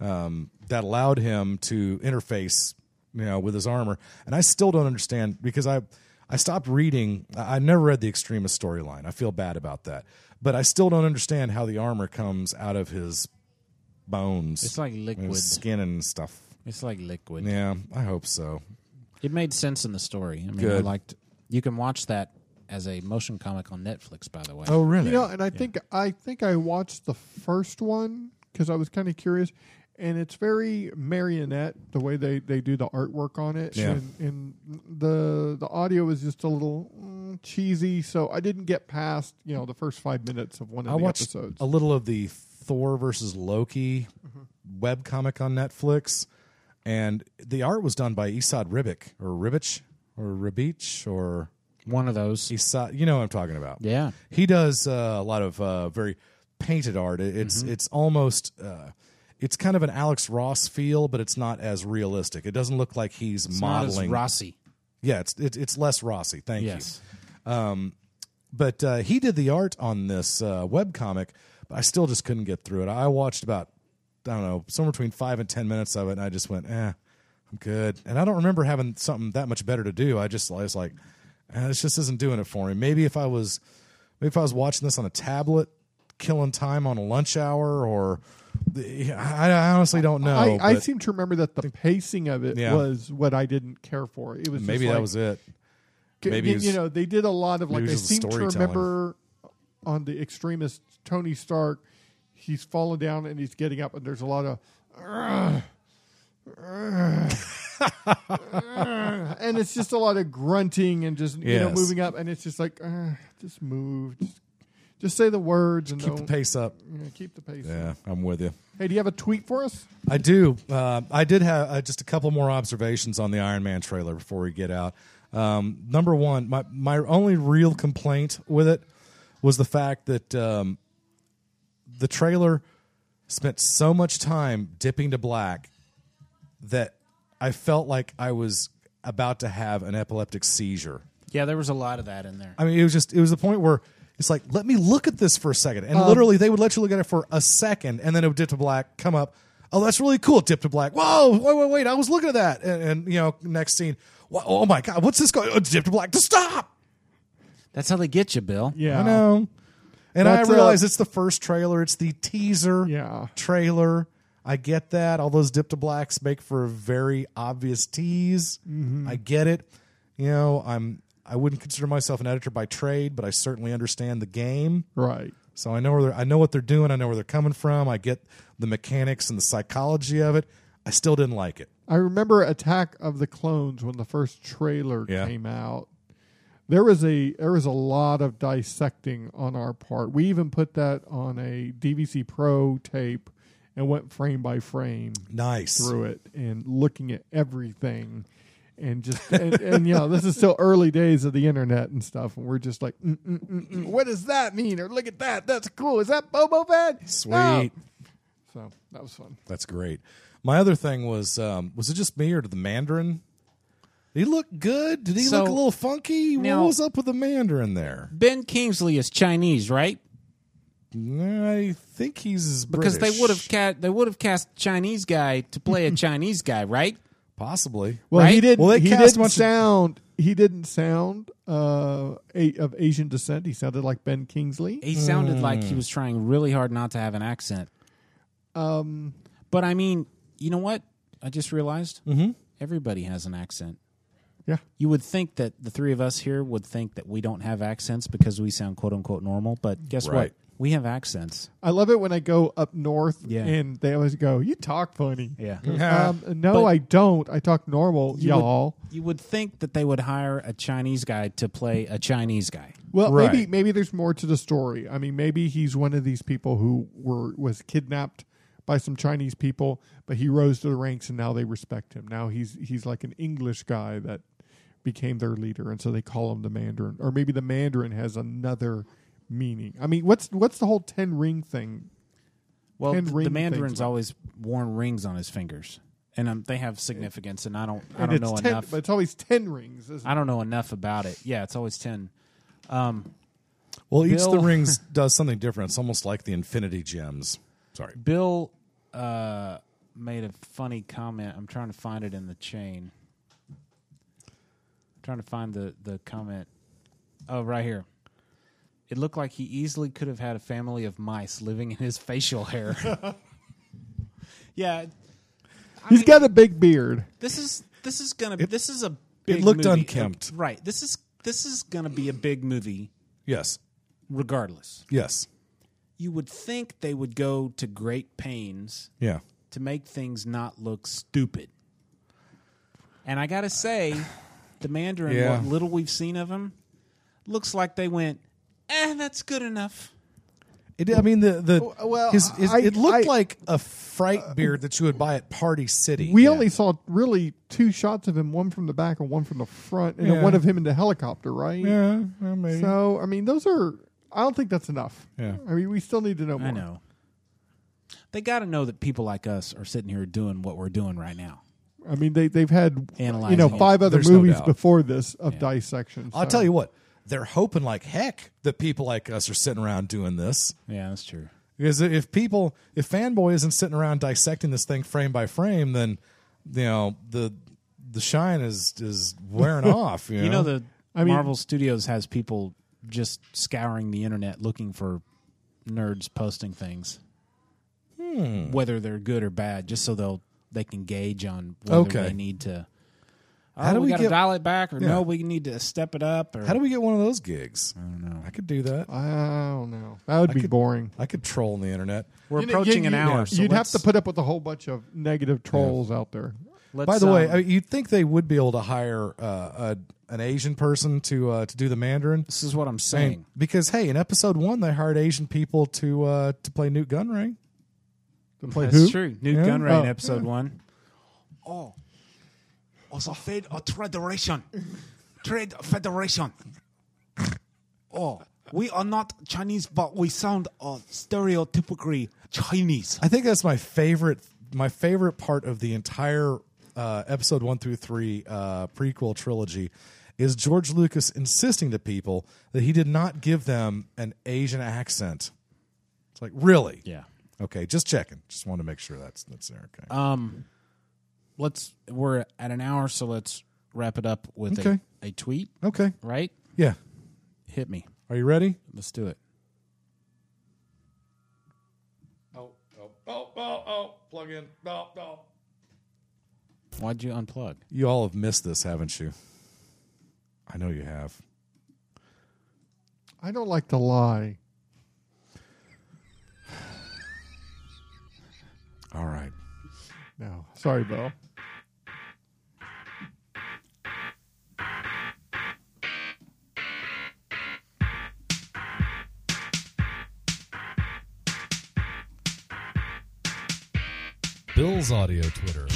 S8: um, that allowed him to interface, you know, with his armor. And I still don't understand because I, I stopped reading. I I never read the extremist storyline. I feel bad about that, but I still don't understand how the armor comes out of his bones.
S1: It's like
S8: and his
S1: liquid.
S8: skin and stuff.
S1: It's like liquid.
S8: Yeah, I hope so.
S1: It made sense in the story. I mean, I
S8: Good.
S1: liked. You can watch that as a motion comic on Netflix, by the way.
S8: Oh,
S2: You know, and I think I think I watched the first one because I was kind of curious, and it's very marionette the way they, they do the artwork on it,
S8: Yeah.
S2: and, and the the audio is just a little mm, cheesy, so I didn't get past you know the first five minutes of one of
S8: I
S2: the
S8: watched
S2: episodes.
S8: a little of the Thor versus Loki
S2: Mm-hmm.
S8: web comic webcomic on Netflix, and the art was done by Isad Ribic or Ribich or Ribich or
S1: one of those.
S8: Isad, you know what I'm talking about?
S1: Yeah.
S8: he does uh, a lot of uh, very painted art. It- It's
S1: Mm-hmm.
S8: it's almost. Uh, it's kind of an Alex Ross feel, but it's not as realistic. It doesn't look like he's
S1: It's not as
S8: modeling
S1: Rossi.
S8: yeah, it's it, it's less Rossi. Thank
S1: Yes.
S8: you. Um, but uh, he did the art on this uh, webcomic, but I still just couldn't get through it. I watched about I don't know somewhere between five and ten minutes of it, and I just went, eh, I'm good. And I don't remember having something that much better to do. I just I was like, eh, this just isn't doing it for me. Maybe if I was maybe if I was watching this on a tablet, killing time on a lunch hour, or I, I honestly don't know.
S2: I, I
S8: but
S2: seem to remember that the pacing of it
S8: Yeah.
S2: was what I didn't care for. It was just
S8: maybe that
S2: like-
S8: was it.
S2: G-
S8: Maybe
S2: you,
S8: it was-
S2: you know they did a lot of
S8: maybe
S2: like
S8: it
S2: I
S8: was just
S2: seem to
S8: storytelling.
S2: remember on the extremist Tony Stark, he's fallen down and he's getting up, and there's a lot of. "Ugh, ugh, ugh," and it's just a lot of grunting and just you know
S8: Yes.
S2: moving up, and it's just like "Ugh, just move, just, just say the words and
S8: keep the
S2: don't-
S8: pace up.
S2: Yeah, keep the pace.
S8: Yeah, I'm with you.
S2: Hey, do you have a tweet for us?
S8: I do. Uh, I did have uh, just a couple more observations on the Iron Man trailer before we get out. Um, number one, my my only real complaint with it was the fact that um, the trailer spent so much time dipping to black that I felt like I was about to have an epileptic seizure.
S1: Yeah, there was a lot of that in there.
S8: I mean, it was just it was the point where it's like, let me look at this for a second, and
S1: Um,
S8: literally they would let you look at it for a second, and then it would dip to black, come up. Oh, that's really cool. Dip to black. Whoa, wait, wait, wait. I was looking at that, and, and you know, next scene. wha- Oh my god, what's this going? Oh, dip to black. To stop.
S1: That's how they get you, Bill.
S2: Yeah.
S8: I know. And
S1: That's,
S8: I
S1: uh,
S8: realize it's the first trailer. It's the teaser
S2: yeah.
S8: trailer. I get that. All those dip to blacks make for a very obvious tease.
S2: Mhm.
S8: I get it. You know, I'm I wouldn't consider myself an editor by trade, but I certainly understand the game.
S2: Right.
S8: So I know where they're, I know what they're doing. I know where they're coming from. I get the mechanics and the psychology of it. I still didn't like it.
S2: I remember Attack of the Clones when the first trailer
S8: Yeah.
S2: came out. There was a there was a lot of dissecting on our part. We even put that on a DVC Pro tape and went frame by frame
S8: Nice.
S2: through it and looking at everything and just and, and you know this is still early days of the internet and stuff and we're just like mm, mm, mm, mm, what does that mean or look at that that's cool is that Bobo Fett
S8: Sweet.
S2: so that was fun
S8: That's great. My other thing was um, was it just me or did the Mandarin? Did he look good? Did he
S1: So-
S8: look a little funky?
S1: Now-
S8: what was up with the Mandarin there?
S1: Ben Kingsley is Chinese, right?
S8: Mm, I think he's
S1: because
S8: British.
S1: they would have ca- they would have cast Chinese guy to play a Chinese guy, right?
S8: Possibly.
S2: Well, he
S1: Right?
S2: didn't.
S1: Well, they
S2: he
S1: cast a
S2: didn't
S1: bunch of-
S2: sound. He didn't sound uh, a, of Asian descent. He sounded like Ben Kingsley.
S1: He sounded like he was trying really hard not to have an accent.
S2: Um,
S1: But I mean, you know what? I just realized mm-hmm. everybody has an accent.
S2: Yeah.
S1: You would think that the three of us here would think that we don't have accents because we sound quote unquote normal, but guess what?
S2: Right.
S1: We have accents.
S2: I love it when I go up north
S1: Yeah.
S2: and they always go, "You talk funny."
S1: Yeah. Uh,
S2: um, no,
S1: But-
S2: I don't. I talk normal,
S1: You would-
S2: y'all.
S1: you would think that they would hire a Chinese guy to play a Chinese guy.
S2: Well, maybe maybe there's more to the story. I mean, maybe he's one of these people who were was kidnapped by some Chinese people, but he rose to the ranks and now they respect him. Now he's he's like an English guy that became their leader, and so they call him the Mandarin. Or maybe the Mandarin has another meaning. I mean, what's what's the whole ten ring thing?
S1: Well,
S2: Ten
S1: th-
S2: ring
S1: the
S2: thing's
S1: Mandarin's
S2: like-
S1: always worn rings on his fingers, and um, they have significance. And I don't, I
S2: And
S1: don't
S2: it's
S1: know
S2: ten-
S1: enough.
S2: but it's always ten rings, isn't
S1: I don't know enough about it. Yeah, it's always ten. Um,
S8: Well, each of the
S1: Bill-
S8: rings does something different. It's almost like the Infinity Gems. Sorry.
S1: Bill uh, made a funny comment. I'm trying to find it in the chain. I'm trying to find the the comment. Oh, right here. It looked like he easily could have had a family of mice living in his facial hair. yeah,
S2: He's got a big beard.
S1: this is this is gonna this is a big
S2: looked
S1: movie.
S2: unkempt.
S1: right this is this is gonna be a big movie
S8: Yes.
S1: regardless
S8: Yes.
S1: you would think they would go to great pains
S8: Yeah.
S1: to make things not look stupid and i gotta say the mandarin
S8: Yeah.
S1: what little we've seen of him looks like they went eh that's good enough
S8: It, I mean the the
S1: Oh, Well,
S8: his, his,
S1: I-
S8: it looked
S1: I-
S8: like a fright beard that you would buy at Party City.
S2: We only saw really two shots of him, one from the back and one from the front, and then
S8: Yeah.
S2: one of him in the helicopter, right?
S8: Yeah, well, maybe.
S2: So, I mean, those are. I don't think that's enough.
S8: Yeah.
S2: I mean, we still need to know more.
S1: i know they gotta know that people like us are sitting here doing what we're doing right now
S2: I mean, they they've had you
S1: Analyzing
S2: know
S1: it.
S2: five other
S1: There's no
S2: movies
S1: doubt.
S2: before this of dissection.
S8: I'll tell you what, they're hoping like heck that people like us are sitting around doing this.
S1: Yeah, that's true.
S8: Because if people, if fanboy isn't sitting around dissecting this thing frame by frame, then you know the the shine is is wearing off. You know,
S1: the
S8: I mean-
S1: Marvel Studios has people just scouring the internet looking for nerds posting things,
S8: Hmm.
S1: whether they're good or bad, just so they'll they can gauge on whether
S8: Okay.
S1: they need to.
S8: How
S1: oh,
S8: do
S1: we,
S8: we
S1: got to
S8: get-
S1: dial it back, or
S8: Yeah.
S1: no, we need to step it up. Or
S8: How do we get one of those gigs? I
S1: don't know.
S8: I could do that.
S2: I don't know. That would be boring.
S8: I could troll on the internet.
S1: We're
S2: You know, you- you- you'd have to put up with a whole bunch of negative trolls out there.
S8: By the
S1: um,
S8: way, I mean, you'd think they would be able to hire uh, a, an Asian person to uh, to do the Mandarin.
S1: This is what I'm saying.
S8: because hey, in episode one, they hired Asian people to uh, to play Newt Gunray.
S2: To
S8: play
S1: that's
S8: who?
S1: true. Newt
S8: Yeah.
S1: Gunray in
S8: Oh,
S1: episode
S8: yeah.
S1: one.
S6: Oh. Also, Fed or Federation. Trade Federation. Oh, we are not Chinese, but we sound uh, stereotypically Chinese.
S8: I think that's my favorite my favorite part of the entire uh, episode one through three uh, prequel trilogy is George Lucas insisting to people that he did not give them an Asian accent. It's like really,
S1: Yeah.
S8: okay, just checking. Just wanted to make sure that's that's there. Okay.
S1: Um, let's we're at an hour, so let's wrap it up with
S8: Okay.
S1: a, a tweet.
S8: Okay,
S1: right?
S8: Yeah.
S1: Hit me.
S8: Are you ready?
S1: Let's do it.
S8: Oh, oh, oh, oh. Plug in. No, no.
S1: Why'd you unplug?
S8: You all have missed this, haven't you? I know you have.
S2: I don't like to lie.
S8: All right.
S2: No, sorry, Bill.
S8: Bill's audio Twitter.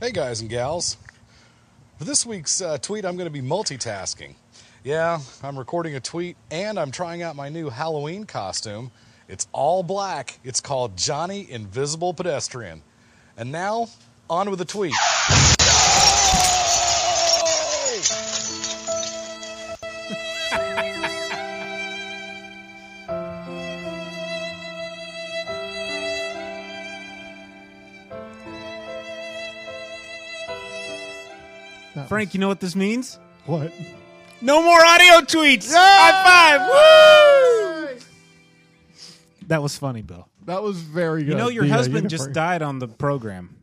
S8: Hey guys and gals. For this week's uh, tweet, I'm going to be multitasking. Yeah, I'm recording a tweet and I'm trying out my new Halloween costume. It's all black. It's called Johnny Invisible Pedestrian. And now, on with the tweet.
S1: Frank, you know what this means?
S2: What?
S1: No more audio tweets. High five. Woo! That was funny, Bill.
S2: That was very good.
S1: You know your
S2: The, uh,
S1: husband just
S2: uniform.
S1: died on the program.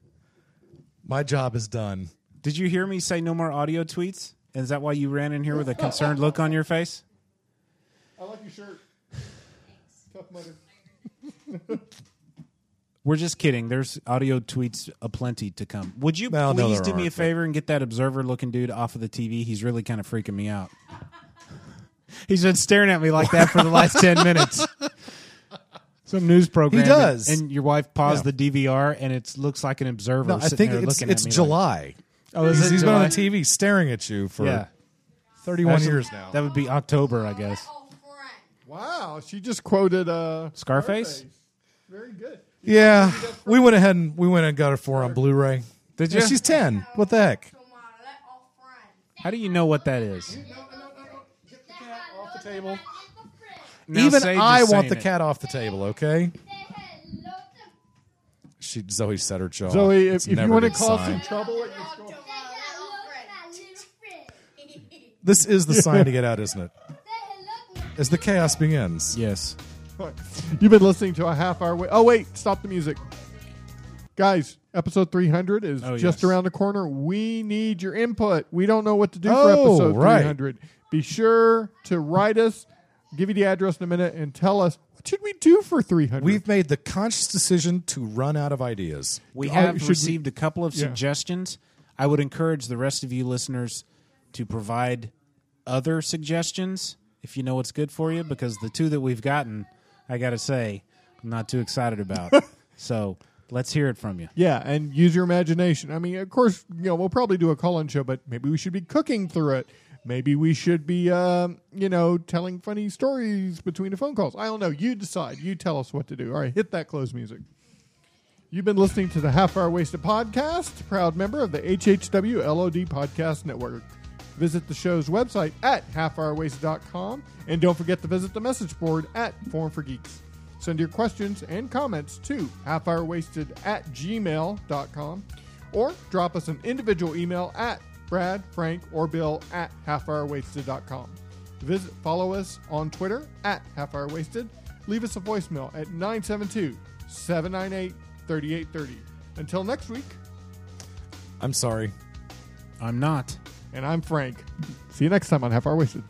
S8: My job is done.
S1: Did you hear me say no more audio tweets? Is that why you ran in here with a concerned look on your face?
S2: I like your shirt. Tough mother.
S1: We're just kidding. There's audio tweets aplenty to come. Would you
S8: Well, no,
S1: please
S8: there
S1: do me a
S8: aren't,
S1: favor and get that observer looking dude off of the TV? He's really kind of freaking me out. He's been staring at me like that for the last 10 minutes. Some news program.
S8: He does.
S1: And, your wife paused
S8: Yeah.
S1: the DVR and it looks like an observer.
S8: No, I
S1: sitting
S8: think
S1: there
S8: it's,
S1: looking
S8: it's
S1: at me
S8: July.
S1: Oh, is
S8: He's-
S1: it
S8: he's been on the
S1: July?
S8: TV staring at you for
S1: Yeah.
S8: 31
S1: Actually,
S8: years now.
S1: That would be October, I guess.
S2: Wow, she just quoted uh,
S1: Scarface?
S2: Very good.
S8: Yeah, we went ahead and we went and got it for her on Blu-ray.
S1: Did
S8: Yeah,
S1: ya?
S8: she's ten. What the heck?
S1: How do you know what that is?
S2: Off the table.
S1: Now
S8: Even
S1: Sage is
S8: I want
S1: saying
S8: the
S1: it.
S8: cat off the table. Okay. She Zoe set her jaw.
S2: Zoe, if,
S8: It's
S2: if you
S8: never
S2: want to
S8: a good
S2: cause
S8: sign.
S2: some trouble, at your school-
S8: this is the sign to get out, isn't it? As the chaos begins.
S1: Yes.
S2: you've been listening to a half hour. Wait. Oh wait, stop the music, guys. Episode 300 is
S8: Oh,
S2: just
S8: yes.
S2: around the corner. We need your input. We don't know what to do for
S8: Oh,
S2: episode
S8: right.
S2: 300. Be sure to write us. Give you the address in a minute and tell us what should we do for 300.
S8: We've made the conscious decision to run out of ideas.
S1: We
S2: Oh,
S1: have
S2: should we-
S1: received a couple of
S2: Yeah.
S1: suggestions. I would encourage the rest of you listeners to provide other suggestions if you know what's good for you, because the two that we've gotten, I got to say, I'm not too excited about. so let's hear it from you.
S2: Yeah, and use your imagination. I mean, of course, you know, we'll probably do a call-in show, but maybe we should be cooking through it. Maybe we should be, um, you know, telling funny stories between the phone calls. I don't know. You decide. You tell us what to do. All right, hit that close music. You've been listening to the Half Hour Wasted podcast, proud member of the HHW LOD Podcast Network. Visit the show's website at halfhourwasted.com and don't forget to visit the message board at Forum for Geeks. Send your questions and comments to halfhourwasted at gmail.com or drop us an individual email at Brad, Frank, or Bill at halfhourwasted.com. Visit, follow us on Twitter at Half Hour Wasted. Leave us a voicemail at 972 798 3830. Until next week,
S8: I'm sorry.
S1: I'm not.
S2: and I'm Frank. See you next time on Half Hour Wasted.